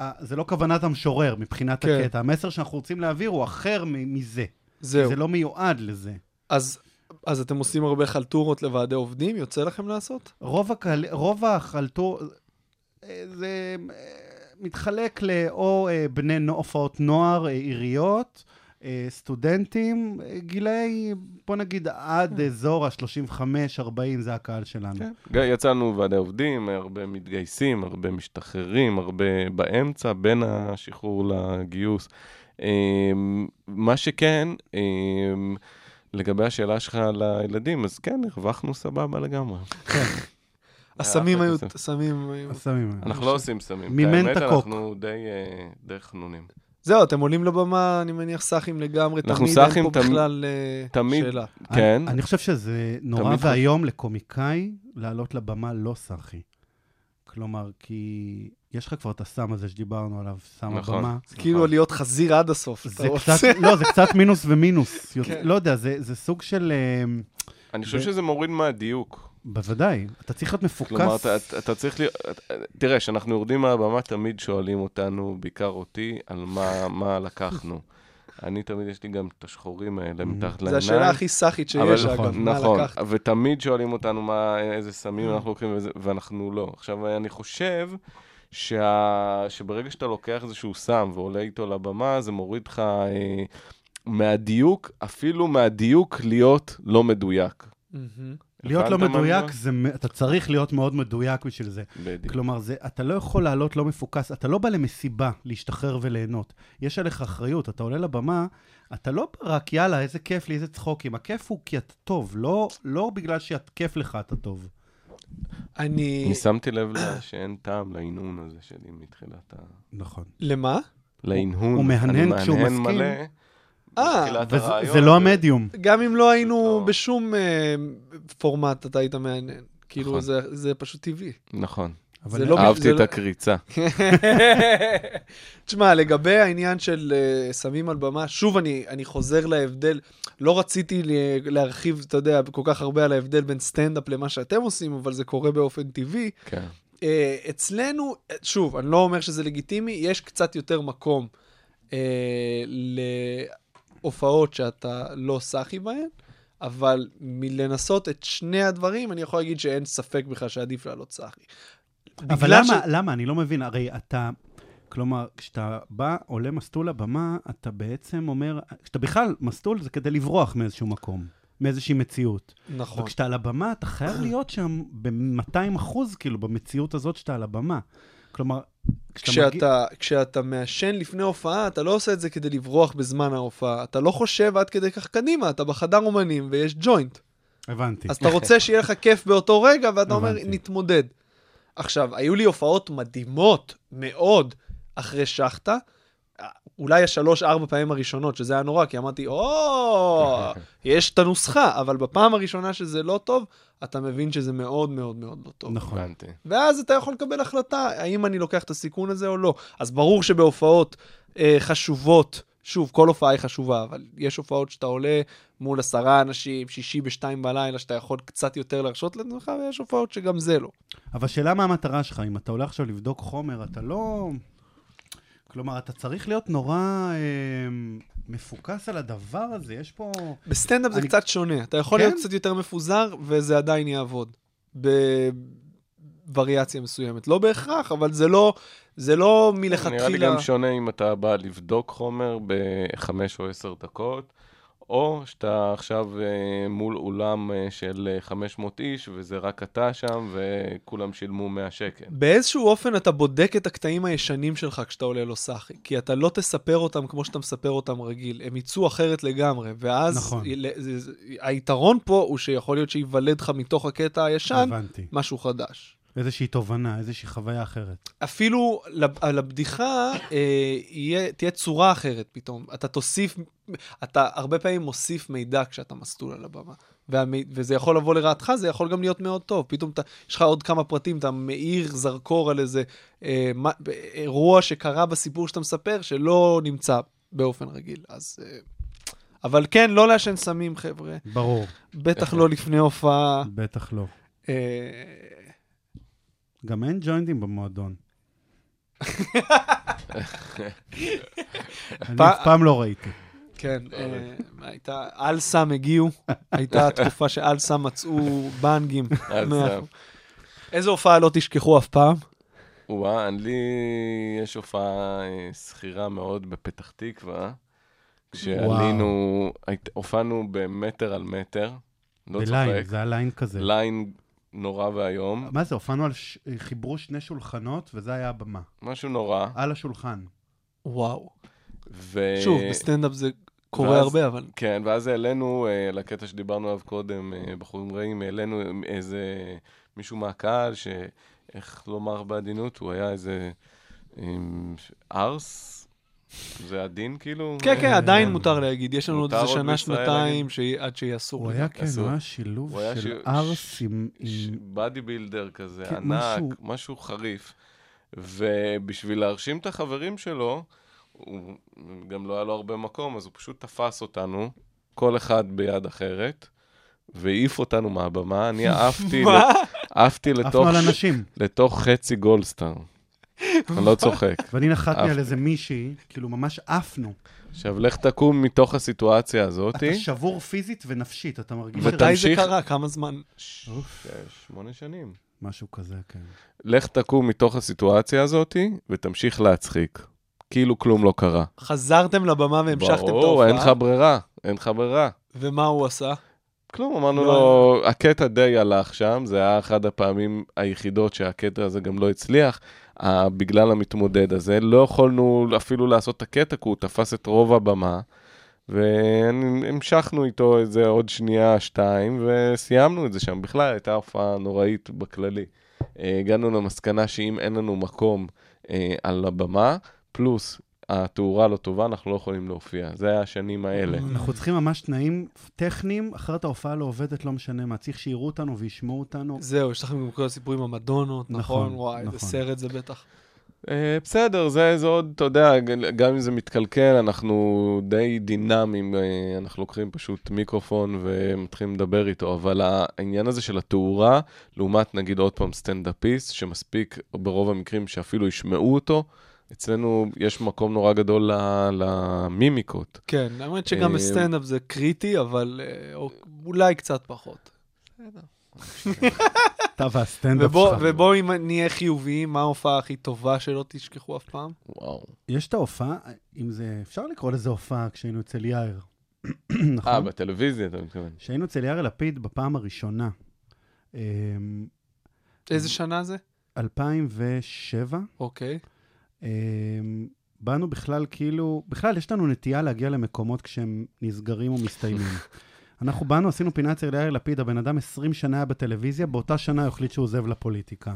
S8: אה, זה לא כוונת המשורר מבחינת
S4: כן.
S8: הקטע. המסר שאנחנו רוצים להעביר הוא אחר מ- מזה.
S4: זהו.
S8: זה לא מיועד לזה.
S4: אז, אז אתם עושים הרבה חלטורות לוועדי עובדים? יוצא לכם
S7: אה,
S4: לעשות?
S8: רוב, הקהל, רוב החלטור, אה, זה אה, מתחלק לאו אה, בני נו- הופעות נוער, אה, עיריות, אה, סטודנטים, אה, גילאי, בוא נגיד עד אזור ה-35-40 זה הקהל שלנו.
S7: ג- יצאנו ועדי עובדים, הרבה מתגייסים, הרבה משתחררים, הרבה באמצע, בין השחרור לגיוס. אמ, מה שכן, אמ, לגבי השאלה שלך על הילדים, אז כן, הרווחנו סבבה לגמרי.
S4: הסמים
S7: אחלה
S4: היו...
S7: כסף.
S4: הסמים היו...
S8: אז שמים.
S7: אנחנו לא עושים סמים.
S8: מימן את
S7: את
S8: הקוק.
S7: האמת, אנחנו די, אה, די חנונים.
S4: זהו, אתם עולים לבמה, אני מניח, סאחים לגמרי.
S7: אנחנו
S4: תמיד אין
S7: סאחים,
S4: פה
S7: תמ-
S4: בכלל אה,
S7: תמיד.
S4: שאלה.
S7: כן.
S8: אני, אני חושב שזה נורא
S7: תמיד חשוב.
S8: ואיום לקומיקאי לעלות לבמה לא סאחי. כלומר, כי יש לך כבר את הסם הזה שדיברנו עליו, סם
S7: נכון.
S8: הבמה.
S4: זה כאילו להיות חזיר עד הסוף. אתה
S8: זה
S4: רוצה-
S8: קצת, לא, זה קצת מינוס ומינוס. יוצא-
S4: כן.
S8: לא יודע, זה זה סוג של... אה,
S7: אני חושב שזה מוריד מהדיוק.
S8: בוודאי, אתה צריך להיות מפוקס.
S7: כלומר, אתה, אתה, אתה צריך להיות... תראה, כשאנחנו יורדים מהבמה, תמיד שואלים אותנו, בעיקר אותי, על מה, מה לקחנו. [LAUGHS] אני תמיד, יש לי גם את השחורים האלה מתחת
S4: [LAUGHS]
S7: לעיניים.
S4: זה השאלה הכי סאחית שיש,
S7: אבל
S4: אגב.
S7: נכון,
S4: מה
S7: נכון,
S4: לקחת?
S7: ותמיד שואלים אותנו מה, איזה סמים אנחנו לוקחים, וזה- ואנחנו לא. עכשיו, אני חושב שה... שברגע שאתה לוקח איזשהו סם ועולה איתו לבמה, זה מוריד לך אה, מהדיוק, אפילו מהדיוק להיות לא מדויק.
S4: מהמם.
S8: להיות לא
S7: הבנת מה אני
S8: מדויק,
S7: אומר?
S8: זה, מ- אתה צריך להיות מאוד מדויק בשביל זה.
S7: בדיוק.
S8: כלומר, זה, אתה לא יכול לעלות לא מפוקס, אתה לא בא למסיבה להשתחרר וליהנות. יש עליך אחריות, אתה עולה לבמה, אתה לא בא רק יאללה, איזה כיף לי, איזה צחוקים. הכיף הוא כי אתה טוב, לא, לא בגלל שכיף לך אתה טוב.
S4: אני...
S8: אה,
S7: אני שמתי לב לה שאין טעם להנהון הזה שלי מתחילת ה...
S8: נכון.
S4: למה?
S7: להנהון.
S8: הוא מהנהן
S7: אני
S8: כשהוא
S7: מהנהן
S8: מסכים.
S7: מלא
S4: אה,
S7: מתחילת
S8: וזה
S7: הרעיון.
S8: זה לא
S7: ו-
S8: המדיום.
S4: גם אם לא היינו
S7: לא.
S4: בשום אה, פורמט, אתה היית מעניין. כאילו,
S7: נכון.
S4: זה זה פשוט טבעי.
S7: נכון.
S8: אבל
S4: זה
S8: זה
S4: לא-
S8: לא...
S7: אהבתי
S4: זה
S7: את
S4: לא-
S7: הקריצה.
S4: תשמע, לגבי העניין של אה, סמים על במה, שוב אני, אני חוזר להבדל. לא רציתי ל- להרחיב, אתה יודע, כל כך הרבה על ההבדל בין סטנדאפ למה שאתם עושים, אבל זה קורה באופן טבעי.
S7: כן.
S4: אה, אצלנו, אה, שוב, אני לא אומר שזה לגיטימי, יש קצת יותר מקום אה, להופעות שאתה לא סחי בהן, אבל מלנסות את שני הדברים, אני יכול להגיד שאין ספק בכלל שעדיף לעלות סחי.
S8: אבל
S4: בגלל
S8: למה, למה? אני לא מבין, הרי אתה... כלומר, כשאתה בא, עולה מסטול לבמה, אתה בעצם אומר... כשאתה בכלל, מסטול זה כדי לברוח מאיזשהו מקום, מאיזושהי מציאות.
S4: נכון.
S8: וכשאתה על הבמה, אתה חייב להיות שם ב-200 אחוז, כאילו, במציאות הזאת שאתה על הבמה. כלומר, כשאתה... מגיע-
S4: כשאתה, כשאתה מעשן לפני הופעה, אתה לא עושה את זה כדי לברוח בזמן ההופעה. אתה לא חושב עד כדי כך קדימה, אתה בחדר אומנים ויש ג'וינט.
S8: הבנתי.
S4: אז אתה רוצה שיהיה לך כיף באותו רגע, ואתה אומר,
S8: הבנתי.
S4: נתמודד. עכשיו, היו לי הופעות מדהימות מאוד אחרי שחטה. אולי השלוש-ארבע פעמים הראשונות, שזה היה נורא, כי אמרתי, או,
S8: [LAUGHS]
S4: יש את הנוסחה, אבל בפעם הראשונה שזה לא טוב, אתה מבין שזה מאוד מאוד מאוד לא טוב.
S8: נכון.
S7: הבנתי.
S4: ואז אתה יכול לקבל החלטה האם אני לוקח את הסיכון הזה או לא. אז ברור שבהופעות אה, חשובות, שוב, כל הופעה היא חשובה, אבל יש הופעות שאתה עולה מול עשרה אנשים, שישי בשתיים בלילה, שאתה יכול קצת יותר להרשות לעצמך, ויש הופעות שגם זה לא.
S8: אבל שאלה מה המטרה שלך, אם אתה הולך עכשיו לבדוק חומר, אתה לא... כלומר, אתה צריך להיות נורא אה, מפוקס על הדבר הזה, יש פה...
S4: בסטנדאפ זה
S8: אני-
S4: קצת שונה, אתה יכול
S8: כן?
S4: להיות קצת יותר מפוזר, וזה עדיין יעבוד. בווריאציה מסוימת. לא בהכרח, אבל זה לא, זה לא מלכתחילה...
S7: כן, נראה לי גם שונה אם אתה בא לבדוק חומר בחמש או עשר דקות, או שאתה עכשיו אה, מול אולם אה, של אה, 500 איש, וזה רק אתה שם, וכולם שילמו 100 שקל.
S4: באיזשהו אופן אתה בודק את הקטעים הישנים שלך כשאתה עולה לו סאחי, כי אתה לא תספר אותם כמו שאתה מספר אותם רגיל, הם יצאו אחרת לגמרי, ואז
S8: נכון.
S4: יל- זה- זה- היתרון פה הוא שיכול להיות שייוולד לך מתוך הקטע הישן
S8: הבנתי.
S4: משהו חדש.
S8: איזושהי תובנה, איזושהי חוויה אחרת.
S4: אפילו לב- על הבדיחה אה, יהיה, תהיה צורה אחרת פתאום. אתה תוסיף, אתה הרבה פעמים מוסיף מידע כשאתה מסטול על הבמה. והמי, וזה יכול לבוא לרעתך, זה יכול גם להיות מאוד טוב. פתאום אתה, יש לך עוד כמה פרטים, אתה מאיר זרקור על איזה אה, מה, ב- אירוע שקרה בסיפור שאתה מספר, שלא נמצא באופן רגיל. אז... אה, אבל כן, לא לעשן סמים, חבר'ה.
S7: [LAUGHS]
S8: ברור,
S4: בטח לא לפני הופעה.
S8: בטח לא.
S4: אה,
S8: גם אין ג'וינטים
S7: [LAUGHS]
S8: במועדון. אני
S4: פע-
S8: אף פעם לא ראיתי.
S4: כן, אה,
S8: אוקיי.
S4: הייתה, אלסם הגיעו, הייתה תקופה שאלסם מצאו בנגים.
S7: אלסם.
S4: איזה הופעה לא תשכחו אף פעם?
S7: וואה, לי יש הופעה אה, שכירה מאוד בפתח תקווה, כשעלינו, היית- הופענו במטר על מטר, לא
S8: בליין,
S7: צוחק, לא.
S8: זה היה ליין כזה.
S7: ליין נורא ואיום,
S8: מה זה, הופענו על... ש- חיברו שני שולחנות, וזה היה הבמה.
S7: משהו נורא.
S8: על השולחן.
S4: וואו.
S7: ו...
S4: שוב, בסטנדאפ זה קורה
S7: אה, ואז-
S4: הרבה, אבל...
S7: כן, ואז העלינו, אה, לקטע שדיברנו עליו קודם, אה, בחורים רעים, העלינו איזה מישהו מהקהל, שאיך לומר בעדינות, הוא היה איזה אמ, ש- ארס, זה עדין כאילו?
S4: כן, כן,
S8: אה,
S4: עדיין מותר להגיד, יש לנו עוד
S7: מותר
S4: איזה
S7: עוד
S4: שנה,
S7: בישראל
S4: שנתיים,
S7: להגיד?
S4: שהיא- עד שיהיה אסור.
S8: הוא
S4: להגיד.
S8: היה, כן,
S7: אסור.
S8: הוא היה שילוב
S7: הוא היה
S8: של
S7: ש-
S8: ארס עם...
S7: ש-
S8: עם-
S7: בדי בילדר כזה,
S8: כן,
S7: ענק,
S8: משהו-
S7: משהו חריף. ובשביל להרשים את החברים שלו, הוא גם לא היה לו הרבה מקום, אז הוא פשוט תפס אותנו, כל אחד ביד אחרת, והעיף אותנו מהבמה.
S8: [LAUGHS]
S7: אני עפתי,
S4: מה?
S7: ל- עפתי
S8: עפנו
S7: לתוך,
S8: על
S7: ש-
S8: אנשים.
S7: לתוך חצי גולדסטאר. אני לא
S4: [LAUGHS]
S8: [LAUGHS]
S7: צוחק.
S8: ואני נחתתי
S7: עפנו.
S8: על איזה מישהי, כאילו ממש עפנו.
S7: עכשיו, לך תקום מתוך הסיטואציה הזאת.
S8: אתה שבור פיזית ונפשית, אתה מרגיש
S7: ואתה-
S4: מתי זה
S7: ותמשיך.
S4: קרה? כמה זמן?
S7: ש- שמונה שנים.
S8: משהו כזה, כן.
S7: לך תקום מתוך הסיטואציה הזאת, ותמשיך להצחיק. כאילו כלום לא קרה.
S4: חזרתם לבמה והמשכתם את אה?
S7: ברור, אין לך
S4: ההופעה,
S7: ברירה, אין לך ברירה.
S4: ומה הוא עשה?
S7: כלום, אמרנו לו, הקטע די הלך שם, זה היה אחת הפעמים היחידות שהקטע הזה גם לא הצליח, אה, בגלל המתמודד הזה. לא יכולנו אפילו לעשות את הקטע, כי הוא תפס את רוב הבמה, והמשכנו איתו איזה עוד שנייה, שתיים, וסיימנו את זה שם. בכלל, הייתה הופעה נוראית בכללי. אה, הגענו למסקנה שאם אין לנו מקום אה, על הבמה, פלוס התאורה לא טובה, אנחנו לא יכולים להופיע. זה היה השנים האלה.
S8: אנחנו צריכים ממש תנאים טכניים, אחרת ההופעה לא עובדת, לא משנה מה. צריך שיראו אותנו וישמעו אותנו.
S4: זהו, יש לכם גם כל הסיפור עם המדונות,
S8: נכון,
S4: נכון? וואי,
S8: נכון.
S4: זה סרט זה בטח.
S7: אה, בסדר, זה, זה עוד, אתה יודע, ג- גם אם זה מתקלקל, אנחנו די דינאמיים, אה, אנחנו לוקחים פשוט מיקרופון ומתחילים לדבר איתו, אבל העניין הזה של התאורה, לעומת נגיד עוד פעם סטנדאפיסט, שמספיק ברוב המקרים שאפילו ישמעו אותו, אצלנו יש מקום נורא גדול ל- למימיקות.
S4: כן, האמת שגם
S7: אה,
S4: בסטנדאפ זה קריטי, אבל אה, או- אולי קצת פחות.
S8: [LAUGHS] אתה והסטנדאפ
S4: ובוא-
S8: שלך. לא.
S4: ובואו אם נהיה חיוביים, מה ההופעה הכי טובה שלא תשכחו אף פעם?
S7: וואו.
S8: יש את ההופעה, אם זה, אפשר לקרוא לזה הופעה כשהיינו אצל יאיר.
S7: אה,
S8: נכון?
S7: בטלוויזיה אתה מתכוון.
S8: כשהיינו אצל יאיר לפיד בפעם הראשונה. אמ,
S4: איזה שנה זה?
S8: 2007,
S4: אוקיי.
S8: אמ, באנו בכלל כאילו, בכלל יש לנו נטייה להגיע למקומות כשהם נסגרים
S4: [LAUGHS]
S8: ומסתיימים. אנחנו באנו, עשינו פינה אצל יאיר לפיד, הבן אדם 20 שנה היה בטלוויזיה, באותה שנה הוא החליט שהוא עוזב לפוליטיקה.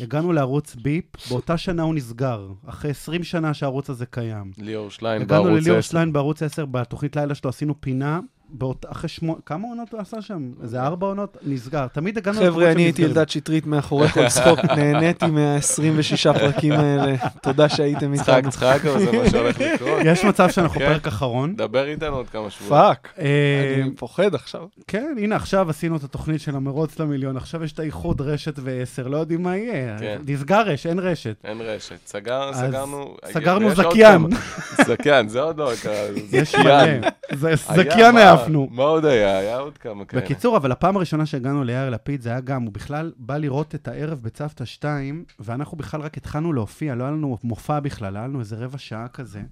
S8: הגענו לערוץ ביפ, באותה שנה הוא נסגר, אחרי 20 שנה שהערוץ הזה קיים.
S7: ליאור שליין
S8: הגענו
S7: בערוץ
S8: לליאור
S7: 10.
S8: שליין בערוץ 10, בתוכנית לילה שלו עשינו פינה, באות, אחרי שמונה, כמה עונות הוא עשה שם? איזה ארבע עונות? נסגר. תמיד הגענו
S4: אה. חבר'ה, אני הייתי
S8: שנסגרים.
S4: אלדד שטרית מאחורי כל
S8: [LAUGHS]
S4: צחוק, נהניתי מה-26 פרקים האלה. תודה שהייתם
S7: צחק,
S4: איתנו.
S7: צחק, אבל זה
S4: [LAUGHS]
S7: מה שהולך לקרות.
S8: יש מצב שאנחנו
S7: כן.
S8: פרק אחרון.
S7: דבר איתנו עוד כמה שבועות.
S4: פאק.
S8: אה,
S4: אני פוחד עכשיו.
S8: כן, הנה עכשיו עשינו את התוכנית של המרוץ למיליון, עכשיו יש את האיחוד רשת ועשר, לא יודעים מה יהיה.
S7: כן.
S8: נסגר רש, אין רשת.
S7: אין רשת. סגר,
S8: אז
S7: סגרנו...
S8: סגרנו
S7: יש עוד
S8: זכיין.
S7: כמה. זכיין, זה עוד לא קרה.
S8: יש
S7: [LAUGHS] זכיין.
S8: מלא. זה-
S7: היה,
S8: זכיין
S7: מה-
S8: העפנו.
S7: מה עוד היה? היה עוד כמה כאלה.
S8: בקיצור, אבל הפעם הראשונה שהגענו ליאיר לפיד, זה היה גם, הוא בכלל בא לראות את הערב בצוותא 2, ואנחנו בכלל רק התחלנו להופיע, לא היה לנו מופע בכלל, היה לנו איזה רבע שעה כזה.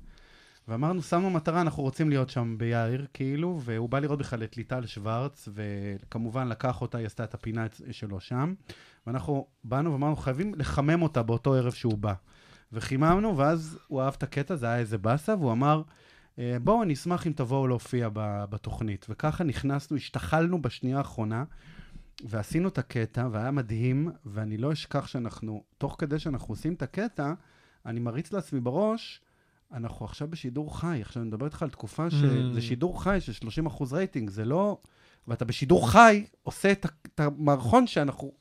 S8: ואמרנו, שמנו מטרה, אנחנו רוצים להיות שם ביאיר, כאילו, והוא בא לראות בכלל את ליטל שוורץ, וכמובן לקח אותה, היא עשתה את הפינה אצ- שלו שם. ואנחנו באנו ואמרנו, חייבים לחמם אותה באותו ערב שהוא בא. וחיממנו, ואז הוא אהב את הקטע, זה היה איזה באסה, והוא אמר, "אה, בואו, אני אשמח אם תבואו להופיע ב- בתוכנית. וככה נכנסנו, השתחלנו בשנייה האחרונה, ועשינו את הקטע, והיה מדהים, ואני לא אשכח שאנחנו, תוך כדי שאנחנו עושים את הקטע, אני מריץ לעצמי בראש, אנחנו עכשיו בשידור חי, עכשיו אני מדבר איתך על תקופה שזה שידור חי של 30 אחוז רייטינג, זה לא... ואתה בשידור חי עושה את ה- את המערכון שאנחנו...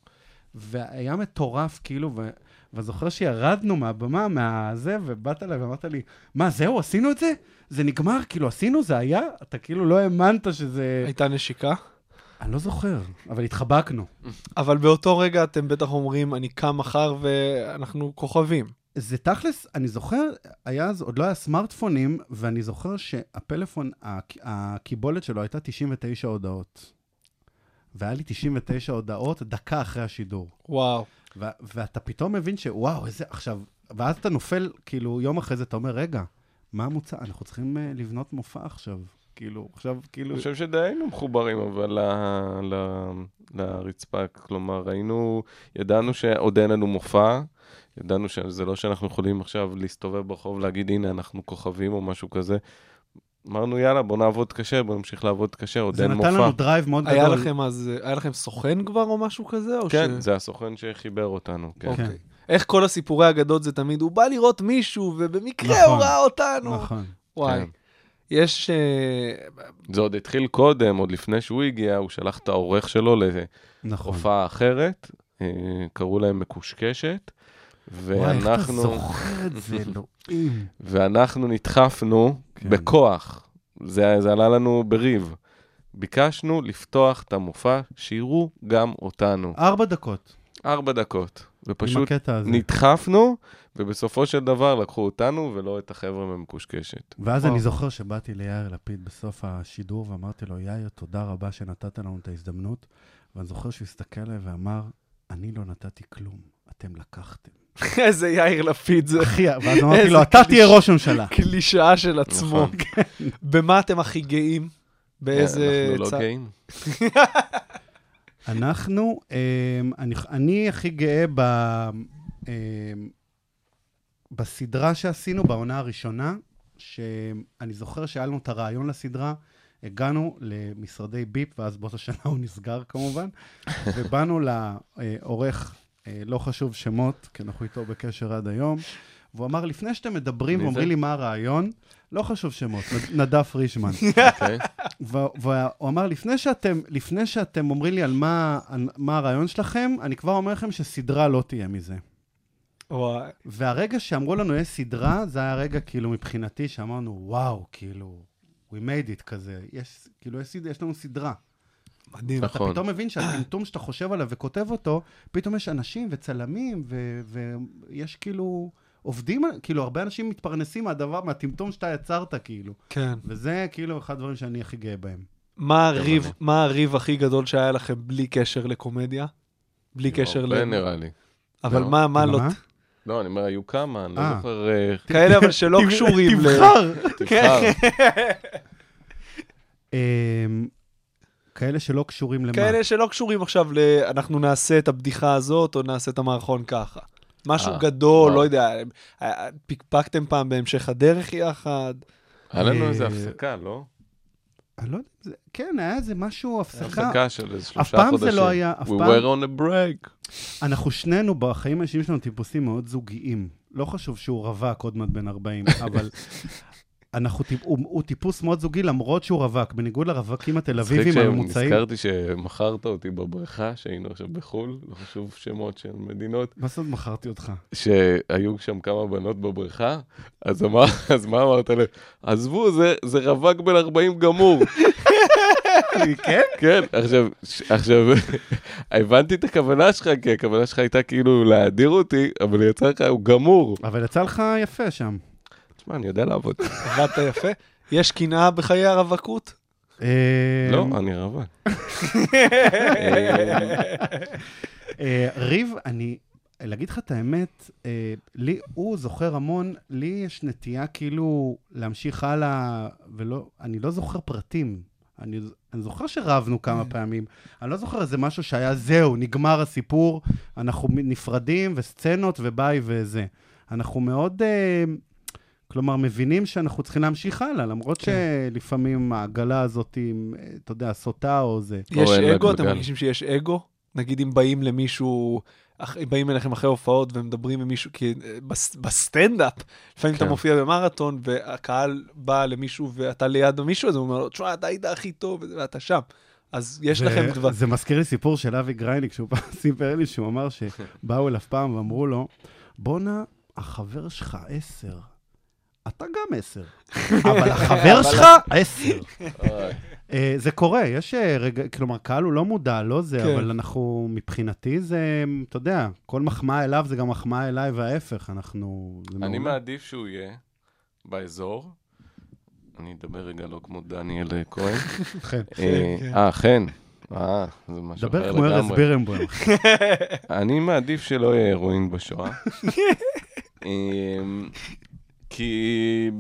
S8: והיה מטורף, כאילו, ו... וזוכר שירדנו מהבמה, מהזה, ובאת אליי ואמרת לי, מה, זהו, עשינו את זה? זה נגמר? כאילו, עשינו, זה היה? אתה כאילו לא האמנת שזה...
S4: הייתה נשיקה.
S8: אני לא זוכר, אבל התחבקנו.
S4: אבל באותו רגע אתם בטח אומרים, אני קם מחר ואנחנו כוכבים.
S8: זה תכלס, אני זוכר, היה אז, עוד לא היה סמארטפונים, ואני זוכר שהפלאפון, הק- הקיבולת שלו הייתה 99 הודעות. והיה לי 99 הודעות דקה אחרי השידור.
S4: וואו.
S8: ו- ואתה פתאום מבין שוואו, איזה, עכשיו, ואז אתה נופל, כאילו, יום אחרי זה אתה אומר, רגע, מה המוצע? אנחנו צריכים אה, לבנות מופע עכשיו. כאילו, עכשיו, כאילו...
S7: אני חושב שדי היינו מחוברים, אבל ל- ל- לרצפה, כלומר, היינו, ידענו שעוד אין לנו מופע, ידענו שזה לא שאנחנו יכולים עכשיו להסתובב ברחוב, להגיד, הנה, אנחנו כוכבים או משהו כזה. אמרנו, יאללה, בוא נעבוד קשה, בוא נמשיך לעבוד קשה, עוד
S8: זה
S7: אין
S8: נתן
S7: מופע.
S8: לנו דרייב מאוד גדול.
S4: היה לכם אז, היה לכם סוכן כבר או משהו כזה? או
S7: כן,
S4: ש-
S7: זה הסוכן שחיבר אותנו, כן.
S8: כן.
S4: אוקיי. איך כל הסיפורי האגדות זה תמיד, הוא בא לראות מישהו, ובמקרה
S8: נכון,
S4: הוא ראה אותנו.
S8: נכון.
S4: וואי.
S7: כן.
S4: יש... אה, [LAUGHS]
S7: זה עוד התחיל קודם, עוד לפני שהוא הגיע, הוא שלח את העורך שלו
S8: נכון.
S7: להופעה אחרת, אה, קראו להם מקושקשת,
S8: וואי, איך אתה
S7: ואנחנו,
S8: זוכר את זה,
S4: [LAUGHS]
S8: אלוהים.
S7: ואנחנו נדחפנו
S8: כן.
S7: בכוח, זה, זה עלה לנו בריב. ביקשנו לפתוח את המופע, שיראו גם אותנו.
S8: ארבע דקות,
S7: ארבע דקות,
S8: עם
S7: ופשוט
S8: הקטע הזה.
S7: נדחפנו, ובסופו של דבר לקחו אותנו ולא את החבר'ה כן, ממקושקשת.
S8: ואז
S4: וואו.
S8: אני זוכר שבאתי ליאיר לפיד בסוף השידור ואמרתי לו, יאיר, תודה רבה שנתת לנו את ההזדמנות. ואני זוכר שהוא הסתכל עליי ואמר, אני לא נתתי כלום, אתם לקחתם.
S4: איזה יאיר לפיד, זה
S8: אחי, ואז אמרתי
S4: איזה
S8: לו, אתה
S4: קלישאה.
S8: תהיה ראש ממשלה.
S4: קלישאה של עצמו.
S7: נכון.
S4: במה אתם הכי גאים? באיזה
S7: אנחנו לא
S4: צד.
S7: גאים.
S8: אנחנו, אמ, אני, אני הכי גאה ב, אמ, בסדרה שעשינו, בעונה הראשונה, שאני זוכר שהיה לנו את הרעיון לסדרה, הגענו למשרדי ביפ, ואז באותה שנה הוא נסגר
S7: [LAUGHS]
S8: כמובן, ובאנו לעורך, אה, לא חשוב שמות, כי אנחנו איתו בקשר עד היום, והוא אמר, לפני שאתם מדברים
S7: מי זה?
S8: ואומרים לי מה הרעיון, לא חשוב שמות, נ- נדב פרישמן.
S7: [LAUGHS] אוקיי.
S8: ו- והוא אמר, לפני שאתם, לפני שאתם אומרים לי על מה, על מה הרעיון שלכם, אני כבר אומר לכם שסדרה לא תהיה מזה.
S4: וואי.
S8: והרגע שאמרו לנו, יש סדרה, זה היה רגע כאילו מבחינתי, שאמרנו, וואו, כאילו, we made it כזה. יש, כאילו, יש, סד- יש לנו סדרה.
S4: מדהים.
S8: אתה
S7: נכון.
S8: פתאום מבין שהטמטום שאתה חושב עליו וכותב אותו, פתאום יש אנשים וצלמים, ו- ויש כאילו... עובדים, על- כאילו, הרבה אנשים מתפרנסים מהדבר, מהטמטום שאתה יצרת, כאילו.
S4: כן.
S8: וזה, כאילו, אחד הדברים שאני הכי גאה בהם.
S4: מה
S7: כן,
S4: הריב, מה הריב הכי גדול שהיה לכם בלי קשר לקומדיה? בלי קשר ל...
S7: הרבה לא, נראה לי.
S4: אבל מה, מה לא...
S8: מה?
S7: לא, אני אומר, היו כמה, אני לא
S8: אה. [LAUGHS]
S7: זוכר... אה,
S4: כאלה אבל שלא קשורים ל...
S7: תבחר.
S8: כן. אמ, כאלה שלא קשורים למה.
S4: כאלה שלא קשורים עכשיו ל... אנחנו נעשה את הבדיחה הזאת, או נעשה את המערכון ככה. משהו
S7: אה,
S4: גדול,
S7: וואו.
S4: לא יודע, אה, פיקפקתם פעם בהמשך הדרך יחד.
S7: היה לנו איזו
S8: אה,
S7: הפסקה, לא?
S8: אני לא יודע, אם זה- כן, היה איזה משהו, הפסקה.
S7: הפסקה של איזה שלושה חודשים.
S8: פעם זה לא היה, אף
S7: We
S8: פעם-
S7: were on a break.
S8: אנחנו שנינו בחיים האישיים שלנו טיפוסים מאוד זוגיים. לא חשוב שהוא רווק עוד מעט בן 40, אבל אנחנו, טיפ- הוא, הוא טיפוס מאוד זוגי למרות שהוא רווק, בניגוד לרווקים התל אביבים הממוצעים.
S7: נזכרתי שמכרת אותי בבריכה, שהיינו עכשיו בחו"ל, לא חשוב שמות של מדינות,
S8: מה זאת אומרת מכרתי אותך?
S7: שהיו שם כמה בנות בבריכה, אז אמר- [LAUGHS] אז מה אמרת להם? עזבו, זה- זה רווק בן 40 גמור. כן? כן, עכשיו, ש- עכשיו, [LAUGHS] הבנתי את הכוונה שלך, כי הכוונה שלך הייתה כאילו להדיר אותי, אבל יצא לך, הוא גמור.
S8: אבל יצא לך יפה שם.
S7: תשמע, אני יודע לעבוד.
S4: עבדת יפה. יש קנאה בחיי הרווקות?
S8: אה,
S7: לא, אני רווק.
S8: אה, ריב, אני... להגיד לך את האמת, אה, לי, הוא זוכר המון, לי יש נטייה כאילו להמשיך הלאה, ולא, אני לא זוכר פרטים. אני, אני זוכר שרבנו כמה פעמים, אני לא זוכר איזה משהו שהיה, זהו, נגמר הסיפור, אנחנו נפרדים, וסצנות, וביי וזה. אנחנו מאוד, אה, כלומר, מבינים שאנחנו צריכים להמשיך הלאה, למרות שלפעמים העגלה הזאת, היא, אה, אתה יודע, סוטה או זה.
S4: יש
S7: אין לא לה
S4: אגו? אתם
S7: גלגל.
S4: מרגישים שיש אגו? נגיד אם באים למישהו, אח- באים אליכם אחרי הופעות ומדברים עם מישהו, כי אה, בס- בסטנדאפ, לפעמים אתה
S7: כן.
S4: מופיע במרתון והקהל בא למישהו ואתה ליד מישהו הזה, הוא אומר לו, תשמע, אתה היית הכי טוב, וזה, ואתה שם. אז יש
S8: זה-
S4: לכם כבר...
S8: זה מזכיר לי סיפור של אבי גרייניק, שהוא פעם [LAUGHS] סיפר לי שהוא אמר שבאו אליו פעם ואמרו לו, בואנה, החבר שלך עשר. אתה
S4: [LAUGHS]
S8: גם עשר, אבל החבר שלך עשר. אה, זה קורה, יש אה, רגע, כלומר, קהל הוא לא מודע, לא
S4: כן.
S8: זה, אבל אנחנו, מבחינתי זה, אתה יודע, כל מחמאה אליו זה גם מחמאה אליי, וההפך, אנחנו... זה
S7: אני
S8: מעולה.
S7: מעדיף שהוא יהיה באזור. אני אדבר רגע לא כמו דניאל אה,
S8: [LAUGHS]
S7: כהן.
S8: כן.
S7: אה,
S4: כן.
S7: אה, חן. אה, זה משהו אחר
S8: דבר כמו ארז
S7: לגמרי.
S8: בירנבוים. [LAUGHS]
S7: אני מעדיף שלא יהיה הירואין
S4: [LAUGHS]
S7: בשואה. אמ, כי,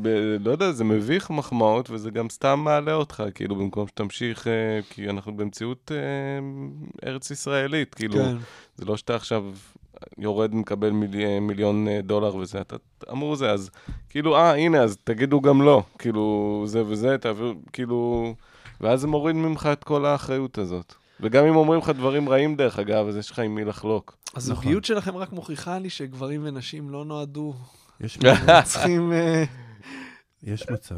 S7: ב- לא יודע, זה מביך מחמאות, וזה גם סתם מעלה אותך, כאילו, במקום שתמשיך, אה, כי אנחנו במציאות אה, ארץ-ישראלית, כאילו,
S4: כן.
S7: זה לא שאתה עכשיו יורד ומקבל מיל... מיליון אה, דולר וזה, אתה אמור זה, אז כאילו, אה, הנה, אז תגידו גם לא, כאילו, זה וזה, תעבירו, כאילו, ואז זה מוריד ממך את כל האחריות הזאת. וגם אם אומרים לך דברים רעים, דרך אגב, אז יש לך עם מי לחלוק.
S4: הזוגיות שלכם רק מוכיחה לי שגברים ונשים לא נועדו,
S8: יש מצב,
S4: צריכים... אה,
S8: יש מצב.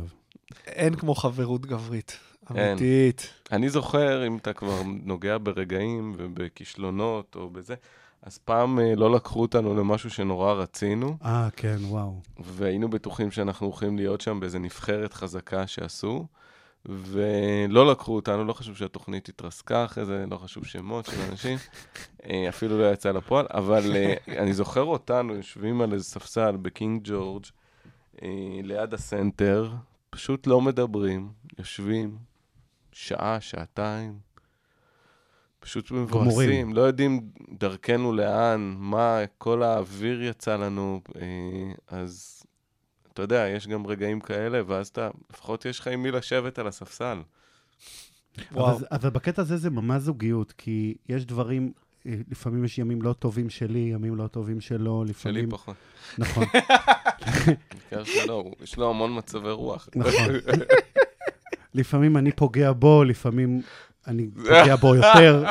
S4: אין כמו חברות גברית.
S7: אין.
S4: אמיתית.
S7: אני זוכר, אם אתה כבר נוגע ברגעים ובכישלונות או בזה, אז פעם אה, לא לקחו אותנו למשהו שנורא רצינו,
S8: אה, כן, וואו.
S7: והיינו בטוחים שאנחנו הולכים להיות שם באיזה נבחרת חזקה שעשו, ולא לקחו אותנו, לא חשוב שהתוכנית התרסקה אחרי זה, לא חשוב שמות של אנשים, אה, אפילו לא יצא לפועל, אבל
S8: [LAUGHS]
S7: אה, אני זוכר אותנו יושבים על איזה ספסל בקינג ג'ורג', אה, ליד הסנטר, פשוט לא מדברים, יושבים שעה, שעתיים. פשוט מבואסים,
S8: גמורים.
S7: לא יודעים דרכנו לאן, מה, כל האוויר יצא לנו, אה, אז אתה יודע, יש גם רגעים כאלה, ואז אתה, לפחות יש לך עם מי לשבת על הספסל.
S4: וואו.
S8: אבל, זה- אבל בקטע הזה זה ממש זוגיות, כי יש דברים, אה, לפעמים יש ימים לא טובים שלי, ימים לא טובים שלו, לפעמים...
S7: שלי פחות.
S8: [LAUGHS] נכון,
S7: בעיקר שלא, הוא- יש לו המון מצבי רוח.
S8: נכון. לפעמים אני פוגע בו, לפעמים אני פוגע
S7: [LAUGHS]
S8: בו יותר,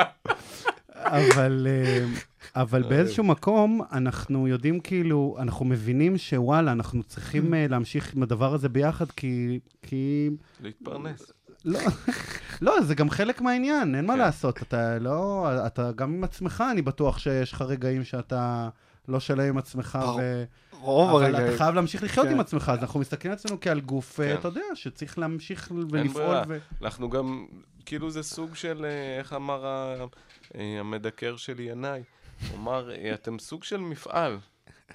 S8: אבל, אה, אבל באיזשהו מקום אנחנו יודעים כאילו, אנחנו מבינים שוואלה, אנחנו
S7: Mm.
S8: צריכים אה, להמשיך עם הדבר הזה ביחד, כי... כי...
S7: להתפרנס.
S8: לא, [LAUGHS] לא, זה גם חלק מהעניין,
S7: כן.
S8: אין מה לעשות. אתה לא, אתה גם עם עצמך, אני בטוח שיש לך רגעים שאתה לא שלם עם עצמך, ו...
S4: רוב
S8: אבל
S4: הרגעים.
S8: אתה חייב להמשיך לחיות
S4: כן.
S8: עם עצמך, אז אנחנו מסתכלים על עצמנו כעל גוף, אה,
S7: כן.
S8: אתה יודע, שצריך להמשיך
S7: אין
S8: ולפעול.
S7: ברירה. אה,
S8: ו-
S7: אנחנו גם, כאילו זה סוג של, אה, איך אמר ה- אה, המדקר שלי, ינאי? הוא אמר, "אה, אתם סוג של מפעל.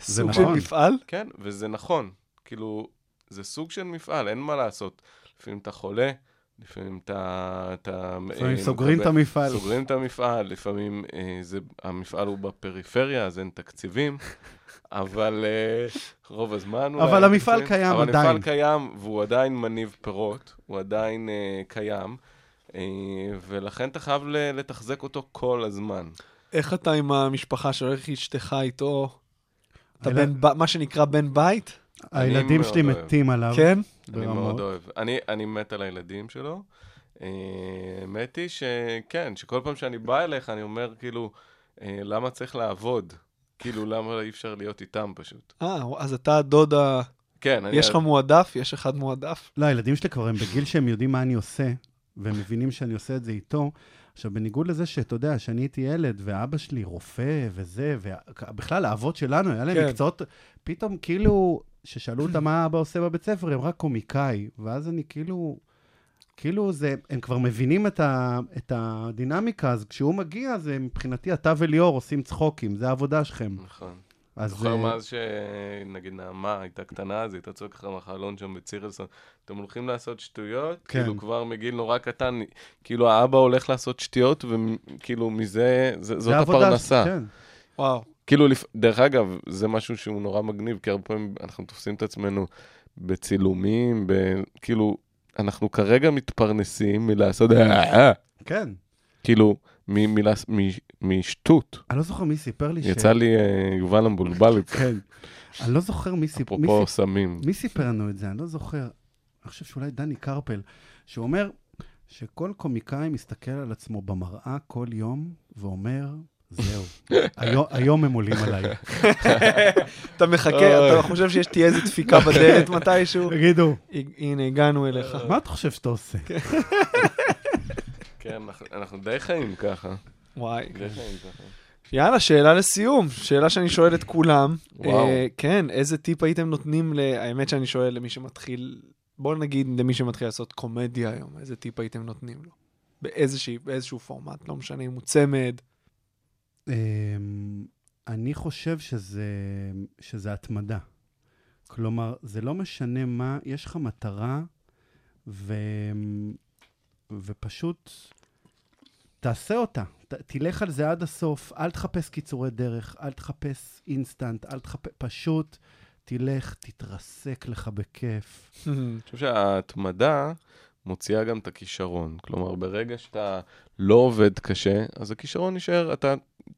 S4: סוג של
S8: נכון.
S4: מפעל?
S7: כן, וזה נכון. כאילו, זה סוג של מפעל, אין מה לעשות. לפעמים אתה חולה, לפעמים אתה... אתה
S8: לפעמים
S7: אה,
S8: סוגרים את
S7: מקבל-
S8: המפעל.
S7: סוגרים את המפעל, לפעמים אה, זה, המפעל הוא בפריפריה, אז אין
S8: [LAUGHS]
S7: תקציבים, אבל אה, רוב הזמן... אולי
S8: אבל
S7: אין
S8: המפעל
S7: תקציבים.
S8: קיים
S7: אבל
S8: עדיין.
S7: המפעל קיים, והוא עדיין מניב פירות, הוא עדיין אה, קיים, אה, ולכן אתה חייב ל- לתחזק אותו כל הזמן.
S4: איך אתה עם המשפחה שהולך אשתך איתו? אתה
S8: אלא-
S4: בן, ב- מה שנקרא בן בית?
S8: הילדים
S7: מאוד
S8: שלי
S7: אוהב.
S8: מתים עליו.
S4: כן?
S7: אני
S8: ברמות.
S7: מאוד אוהב. אני, אני מת על הילדים שלו. אה, האמת היא שכן, שכל פעם שאני בא אליך, אני אומר, כאילו, אה, למה צריך לעבוד? כאילו, למה אי אפשר להיות איתם פשוט?
S4: אה, אז אתה הדוד ה...
S7: כן, אני...
S4: יש לך מועדף? יש אחד מועדף?
S8: לא, הילדים שלי כבר הם בגיל שהם יודעים מה אני עושה, והם מבינים שאני עושה את זה איתו. עכשיו, בניגוד לזה שאתה יודע, שאני הייתי ילד, ואבא שלי רופא וזה, ובכלל, האבות שלנו, היה להם
S4: כן.
S8: מקצועות, פתאום כאילו, כששאלו אותם מה אבא עושה בבית ספר, הם רק קומיקאי, ואז אני כאילו, כאילו זה, הם כבר מבינים את, ה, את הדינמיקה, אז כשהוא מגיע, זה מבחינתי, אתה וליאור עושים צחוקים, זה העבודה שלכם.
S7: נכון.
S8: אז...
S7: זוכר
S8: אה,
S7: מאז שנגיד נעמה הייתה קטנה, אז היא הייתה צועקת לך מהחלון שם בצירלסון, אתם הולכים לעשות שטויות?
S8: כן.
S7: כאילו כבר מגיל נורא קטן, כאילו האבא הולך לעשות שטויות, וכאילו מזה, זה-
S8: זה
S7: זאת
S8: העבודה
S7: הפרנסה.
S8: שלכם, כן.
S4: וואו.
S7: כאילו, לפ- דרך אגב, זה משהו שהוא נורא מגניב, כי הרבה פעמים אנחנו תופסים את עצמנו בצילומים, ב... כאילו, אנחנו כרגע מתפרנסים מלעשות... "אה",
S8: כן.
S7: כאילו, מ- מלעס- מ- משטות.
S8: אני לא זוכר מי סיפר לי ש...
S7: יצא לי אה, יובל המבולבל,
S8: כן. אני לא זוכר מי סיפ- מי
S7: אפרופו סמים.
S8: מי סיפר לנו את זה? אני לא זוכר. אני חושב שאולי דני קרפל, שהוא אומר שכל קומיקאי מסתכל על עצמו במראה כל יום ואומר, זהו, היום, היום הם עולים עליי.
S4: אתה מחכה, אתה חושב שיש תהיה איזה דפיקה בדלת מתישהו?
S8: תגידו,
S4: הנה, הגענו אליך.
S8: מה אתה חושב שאתה עושה?
S7: כן, אנחנו- אנחנו די חיים ככה.
S4: וואי.
S7: די חיים ככה.
S4: יאללה, שאלה לסיום. שאלה שאני שואל את כולם.
S7: וואו.
S4: אה, כן, איזה טיפ הייתם נותנים ל... האמת שאני שואל למי שמתחיל... בוא נגיד למי שמתחיל לעשות קומדיה היום, איזה טיפ הייתם נותנים לו? באיזושהי, באיזשהו פורמט, לא משנה אם הוא
S7: [LAUGHS]
S4: צמד.
S8: אמ, אני חושב שזה, שזה התמדה. כלומר, זה לא משנה מה, יש לך מטרה, ו, ופשוט תעשה אותה. ת, תלך על זה עד הסוף, אל תחפש קיצורי דרך, אל תחפש אינסטנט, אל תחפש, פשוט תלך, תתרסק לך בכיף.
S7: אני חושב שההתמדה מוציאה גם את הכישרון. כלומר, ברגע שאתה לא עובד קשה, אז הכישרון יישאר, אתה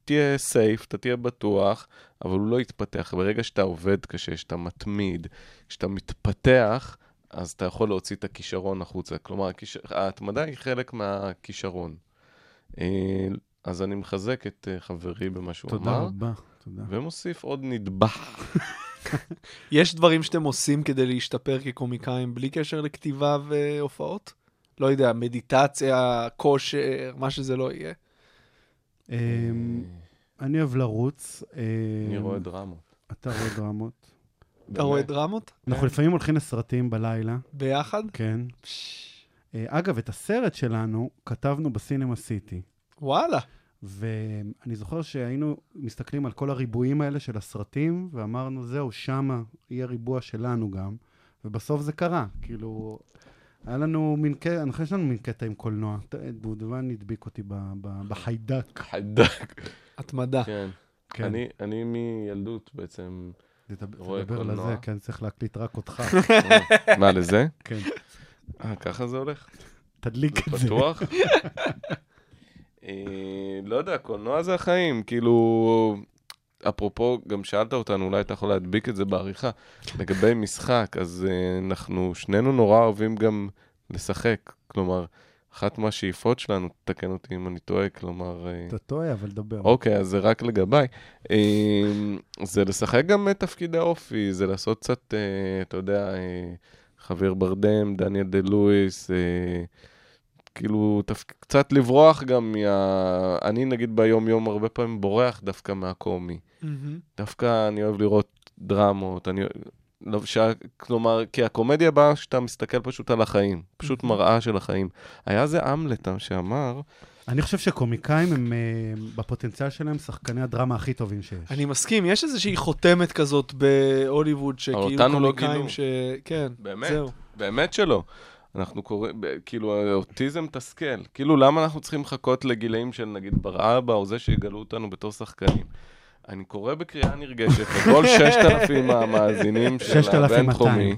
S7: תהיה סייף, אתה תהיה בטוח, אבל הוא לא יתפתח. ברגע שאתה עובד קשה, שאתה מתמיד, שאתה מתפתח, אז אתה יכול להוציא את הכישרון החוצה. כלומר, הכיש... ההתמדה היא חלק מהכישרון. אה, אז אני מחזק את אה, חברי במה שהוא
S8: תודה
S7: אמר,
S8: רבה. תודה.
S7: ומוסיף עוד נדבך.
S4: יש דברים שאתם עושים כדי להשתפר כקומיקאים בלי קשר לכתיבה והופעות? לא יודע, מדיטציה, כושר, מה שזה לא יהיה.
S8: אמ, אני אוהב לרוץ.
S7: אני
S8: אמ,
S7: רואה דרמות.
S8: אתה רואה דרמות.
S4: אתה רואה
S7: באמת.
S4: דרמות?
S7: כן.
S8: אנחנו לפעמים הולכים לסרטים בלילה.
S4: ביחד?
S8: כן. אה, אגב, את הסרט שלנו כתבנו בסינמה סיטי,
S4: וואלה.
S8: ואני זוכר שהיינו מסתכלים על כל הריבועים האלה של הסרטים, ואמרנו, זהו, שמה יהיה ריבוע שלנו גם, ובסוף זה קרה. כאילו, היה לנו מין קטע, אני חושב שיש לנו מין קטע עם קולנוע. ת- דובדבן הדביק אותי ב- ב- בחיידק.
S7: חדק.
S4: התמדה.
S7: כן.
S8: כן.
S7: אני, אני מילדות בעצם.
S8: תדבר-
S7: רואה
S8: כן, תדבר
S7: קולנוע.
S8: לזה,
S7: [LAUGHS]
S8: כן, צריך להקליט רק אותך.
S7: לא, מה, לזה?
S8: כן.
S7: אה, ככה זה הולך?
S8: תדליק את זה.
S7: בטוח? אה, לא יודע, קולנוע זה החיים, כאילו... אפרופו, גם שאלת אותנו, אולי אתה יכול להדביק את זה בעריכה. לגבי משחק, אז אה, אנחנו שנינו נורא אוהבים גם לשחק. כלומר, אחת מהשאיפות שלנו, תקן אותי אם אני טועה, כלומר... אה,
S8: אתה טועה, אבל דבר.
S7: אוקיי, אז זה רק לגביי. אמ, זה לשחק גם את תפקיד האופי, זה לעשות קצת, אה, אתה יודע, אה, חביר ברדם, דניאל דה לואיס, אה, כאילו, תפ- קצת לברוח גם מה... אני נגיד ביום-יום הרבה פעמים בורח דווקא מהקומי.
S4: מהמם.
S7: דווקא אני אוהב לראות דרמות, אני... לא, ש... כלומר, כי הקומדיה באה כשאתה מסתכל פשוט על החיים, פשוט מראה של החיים. היה זה המלט שאמר,
S8: אני חושב שקומיקאים הם, אה, בפוטנציאל שלהם, שחקני הדרמה הכי טובים שיש.
S4: אני מסכים, יש איזושהי חותמת כזאת בהוליווד,
S7: אבל
S4: שכאילו
S7: אותנו לא
S4: קומיקאים
S7: גילו.
S4: ש... כן,
S7: באמת?
S4: זהו.
S7: באמת שלא. אנחנו קוראים, ב- כאילו, אוטיזם תסכל. כאילו, למה אנחנו צריכים לחכות לגילאים של נגיד בר אבא, או זה שיגלו אותנו בתור שחקנים? אני קורא בקריאה
S4: [LAUGHS]
S7: נרגשת לכל 6,000 המאזינים של
S8: 6,200.
S7: הבינתחומי.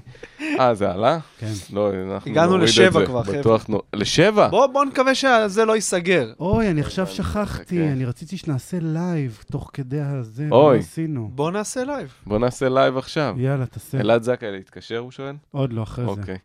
S7: אה, זה עלה?
S8: כן.
S7: לא, אנחנו
S4: הגענו
S7: נוריד את
S4: לשבע
S7: זה,
S4: כבר, חבר'ה.
S7: בטוח נו... לשבע?
S4: בוא, בוא נקווה שזה לא ייסגר.
S8: אוי, אני עכשיו שכחתי,
S7: אוקיי.
S8: אני רציתי שנעשה לייב תוך כדי הזה,
S7: אוי.
S8: מה עשינו?
S4: בוא נעשה לייב.
S7: בוא נעשה לייב עכשיו.
S8: יאללה, תעשה.
S7: אלעד זכאי להתקשר, הוא שואל?
S8: עוד לא, אחרי זה. [LAUGHS]
S7: אוקיי.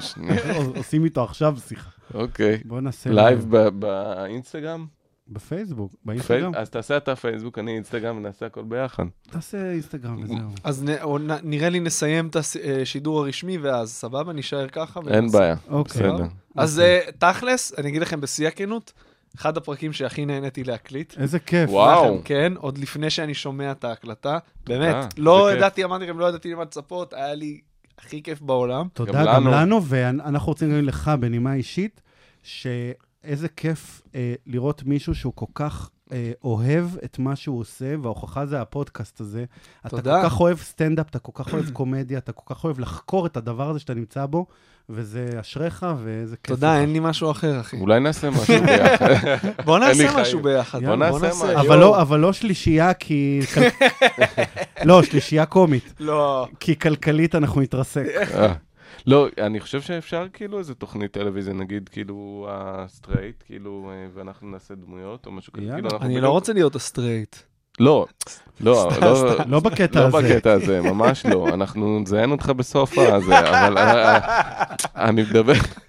S7: שנייה,
S8: עושים איתו עכשיו שיחה.
S7: אוקיי.
S8: בוא נעשה
S7: לייב ב- באינסטגרם?
S8: בפייסבוק,
S7: פייסבוק?
S8: באינסטגרם.
S7: אז תעשה אתה פייסבוק, אני אינסטגרם, נעשה הכל ביחד.
S8: תעשה אינסטגרם וזהו.
S4: אז נ, או, נ, נראה לי נסיים את אה, השידור הרשמי, ואז סבבה, נישאר ככה.
S7: אין
S4: ונעשה.
S7: בעיה,
S8: אוקיי.
S7: בסדר.
S4: אז אה, תכלס, אני אגיד לכם בשיא הכנות, אחד הפרקים שהכי נהניתי להקליט.
S8: איזה כיף.
S7: וואו,
S4: כן, עוד לפני שאני שומע את ההקלטה. באמת,
S7: אה,
S4: לא
S7: זה כיף.
S4: ידעתי, אמרתי לכם, לא ידעתי למה לצפות, היה לי הכי כיף בעולם.
S8: תודה
S7: גם
S8: גם
S7: לנו.
S8: לנו, ואנחנו רוצים להגיד לך בנימה אישית, שאיזה כיף אה, לראות מישהו שהוא כל כך אה, אוהב את מה שהוא עושה, וההוכחה זה הפודקאסט הזה. אתה
S4: תודה.
S8: כל כך אוהב סטנדאפ, אתה כל כך אוהב קומדיה, אתה כל כך אוהב לחקור את הדבר הזה שאתה נמצא בו, וזה אשריך, ואיזה כיף. לך.
S4: תודה, אין לי משהו אחר, אחי.
S7: אולי נעשה משהו
S8: [LAUGHS]
S7: ביחד.
S4: בוא
S7: אין לי
S4: נעשה משהו
S7: חיים.
S4: ביחד.
S7: בוא נעשה משהו.
S8: אבל לא, אבל לא שלישייה כי...
S7: [LAUGHS]
S8: לא, שלישייה קומית.
S4: לא.
S8: כי כלכלית אנחנו
S7: [LAUGHS]
S8: נתרסק.
S7: אה. לא, אני חושב שאפשר כאילו איזה תוכנית טלוויזיה, נגיד כאילו הסטרייט, כאילו, אה, ואנחנו נעשה דמויות או משהו כזה.
S8: יאללה.
S7: כאילו, אנחנו
S4: אני לא
S7: בדיוק-
S4: רוצה להיות הסטרייט.
S7: לא, לא, לא,
S8: לא בקטע
S7: לא
S8: הזה.
S7: בקטע הזה, ממש לא. אנחנו נזיין אותך בסוף הזה, אבל אה, אה, אני
S8: [LAUGHS]
S7: מדבר...
S8: כן,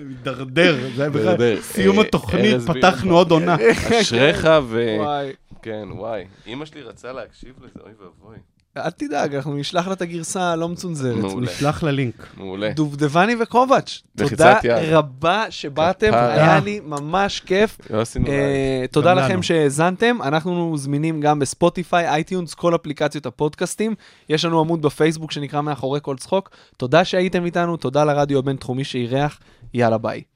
S8: מידרדר, זה היה בכלל
S7: מידרדר.
S8: סיום
S7: אה,
S8: התוכנית,
S7: ארז
S8: פתחנו עוד
S7: [LAUGHS]
S8: עונה.
S7: אשריך ו...
S4: וואי.
S7: כן, וואי. אמא שלי רצה להקשיב לזה, אוי ואבוי.
S4: אל תדאג, אנחנו נשלח לה את הגרסה הלא מצונזרת.
S7: מעולה,
S8: נשלח ללינק.
S7: מעולה.
S4: דובדבני וקובץ', תודה
S7: לחיצת יד.
S4: רבה שבאתם,
S7: כפרה.
S4: היה לי ממש כיף.
S7: לא עשינו לייב.
S4: אה, תודה
S8: גם לנו.
S4: לכם שהאזנתם, אנחנו זמינים גם בספוטיפיי, אייטיונס, כל אפליקציות הפודקאסטים. יש לנו עמוד בפייסבוק שנקרא מאחורי כל צחוק. תודה שהייתם איתנו, תודה לרדיו הבינתחומי שאירח, יאללה ביי.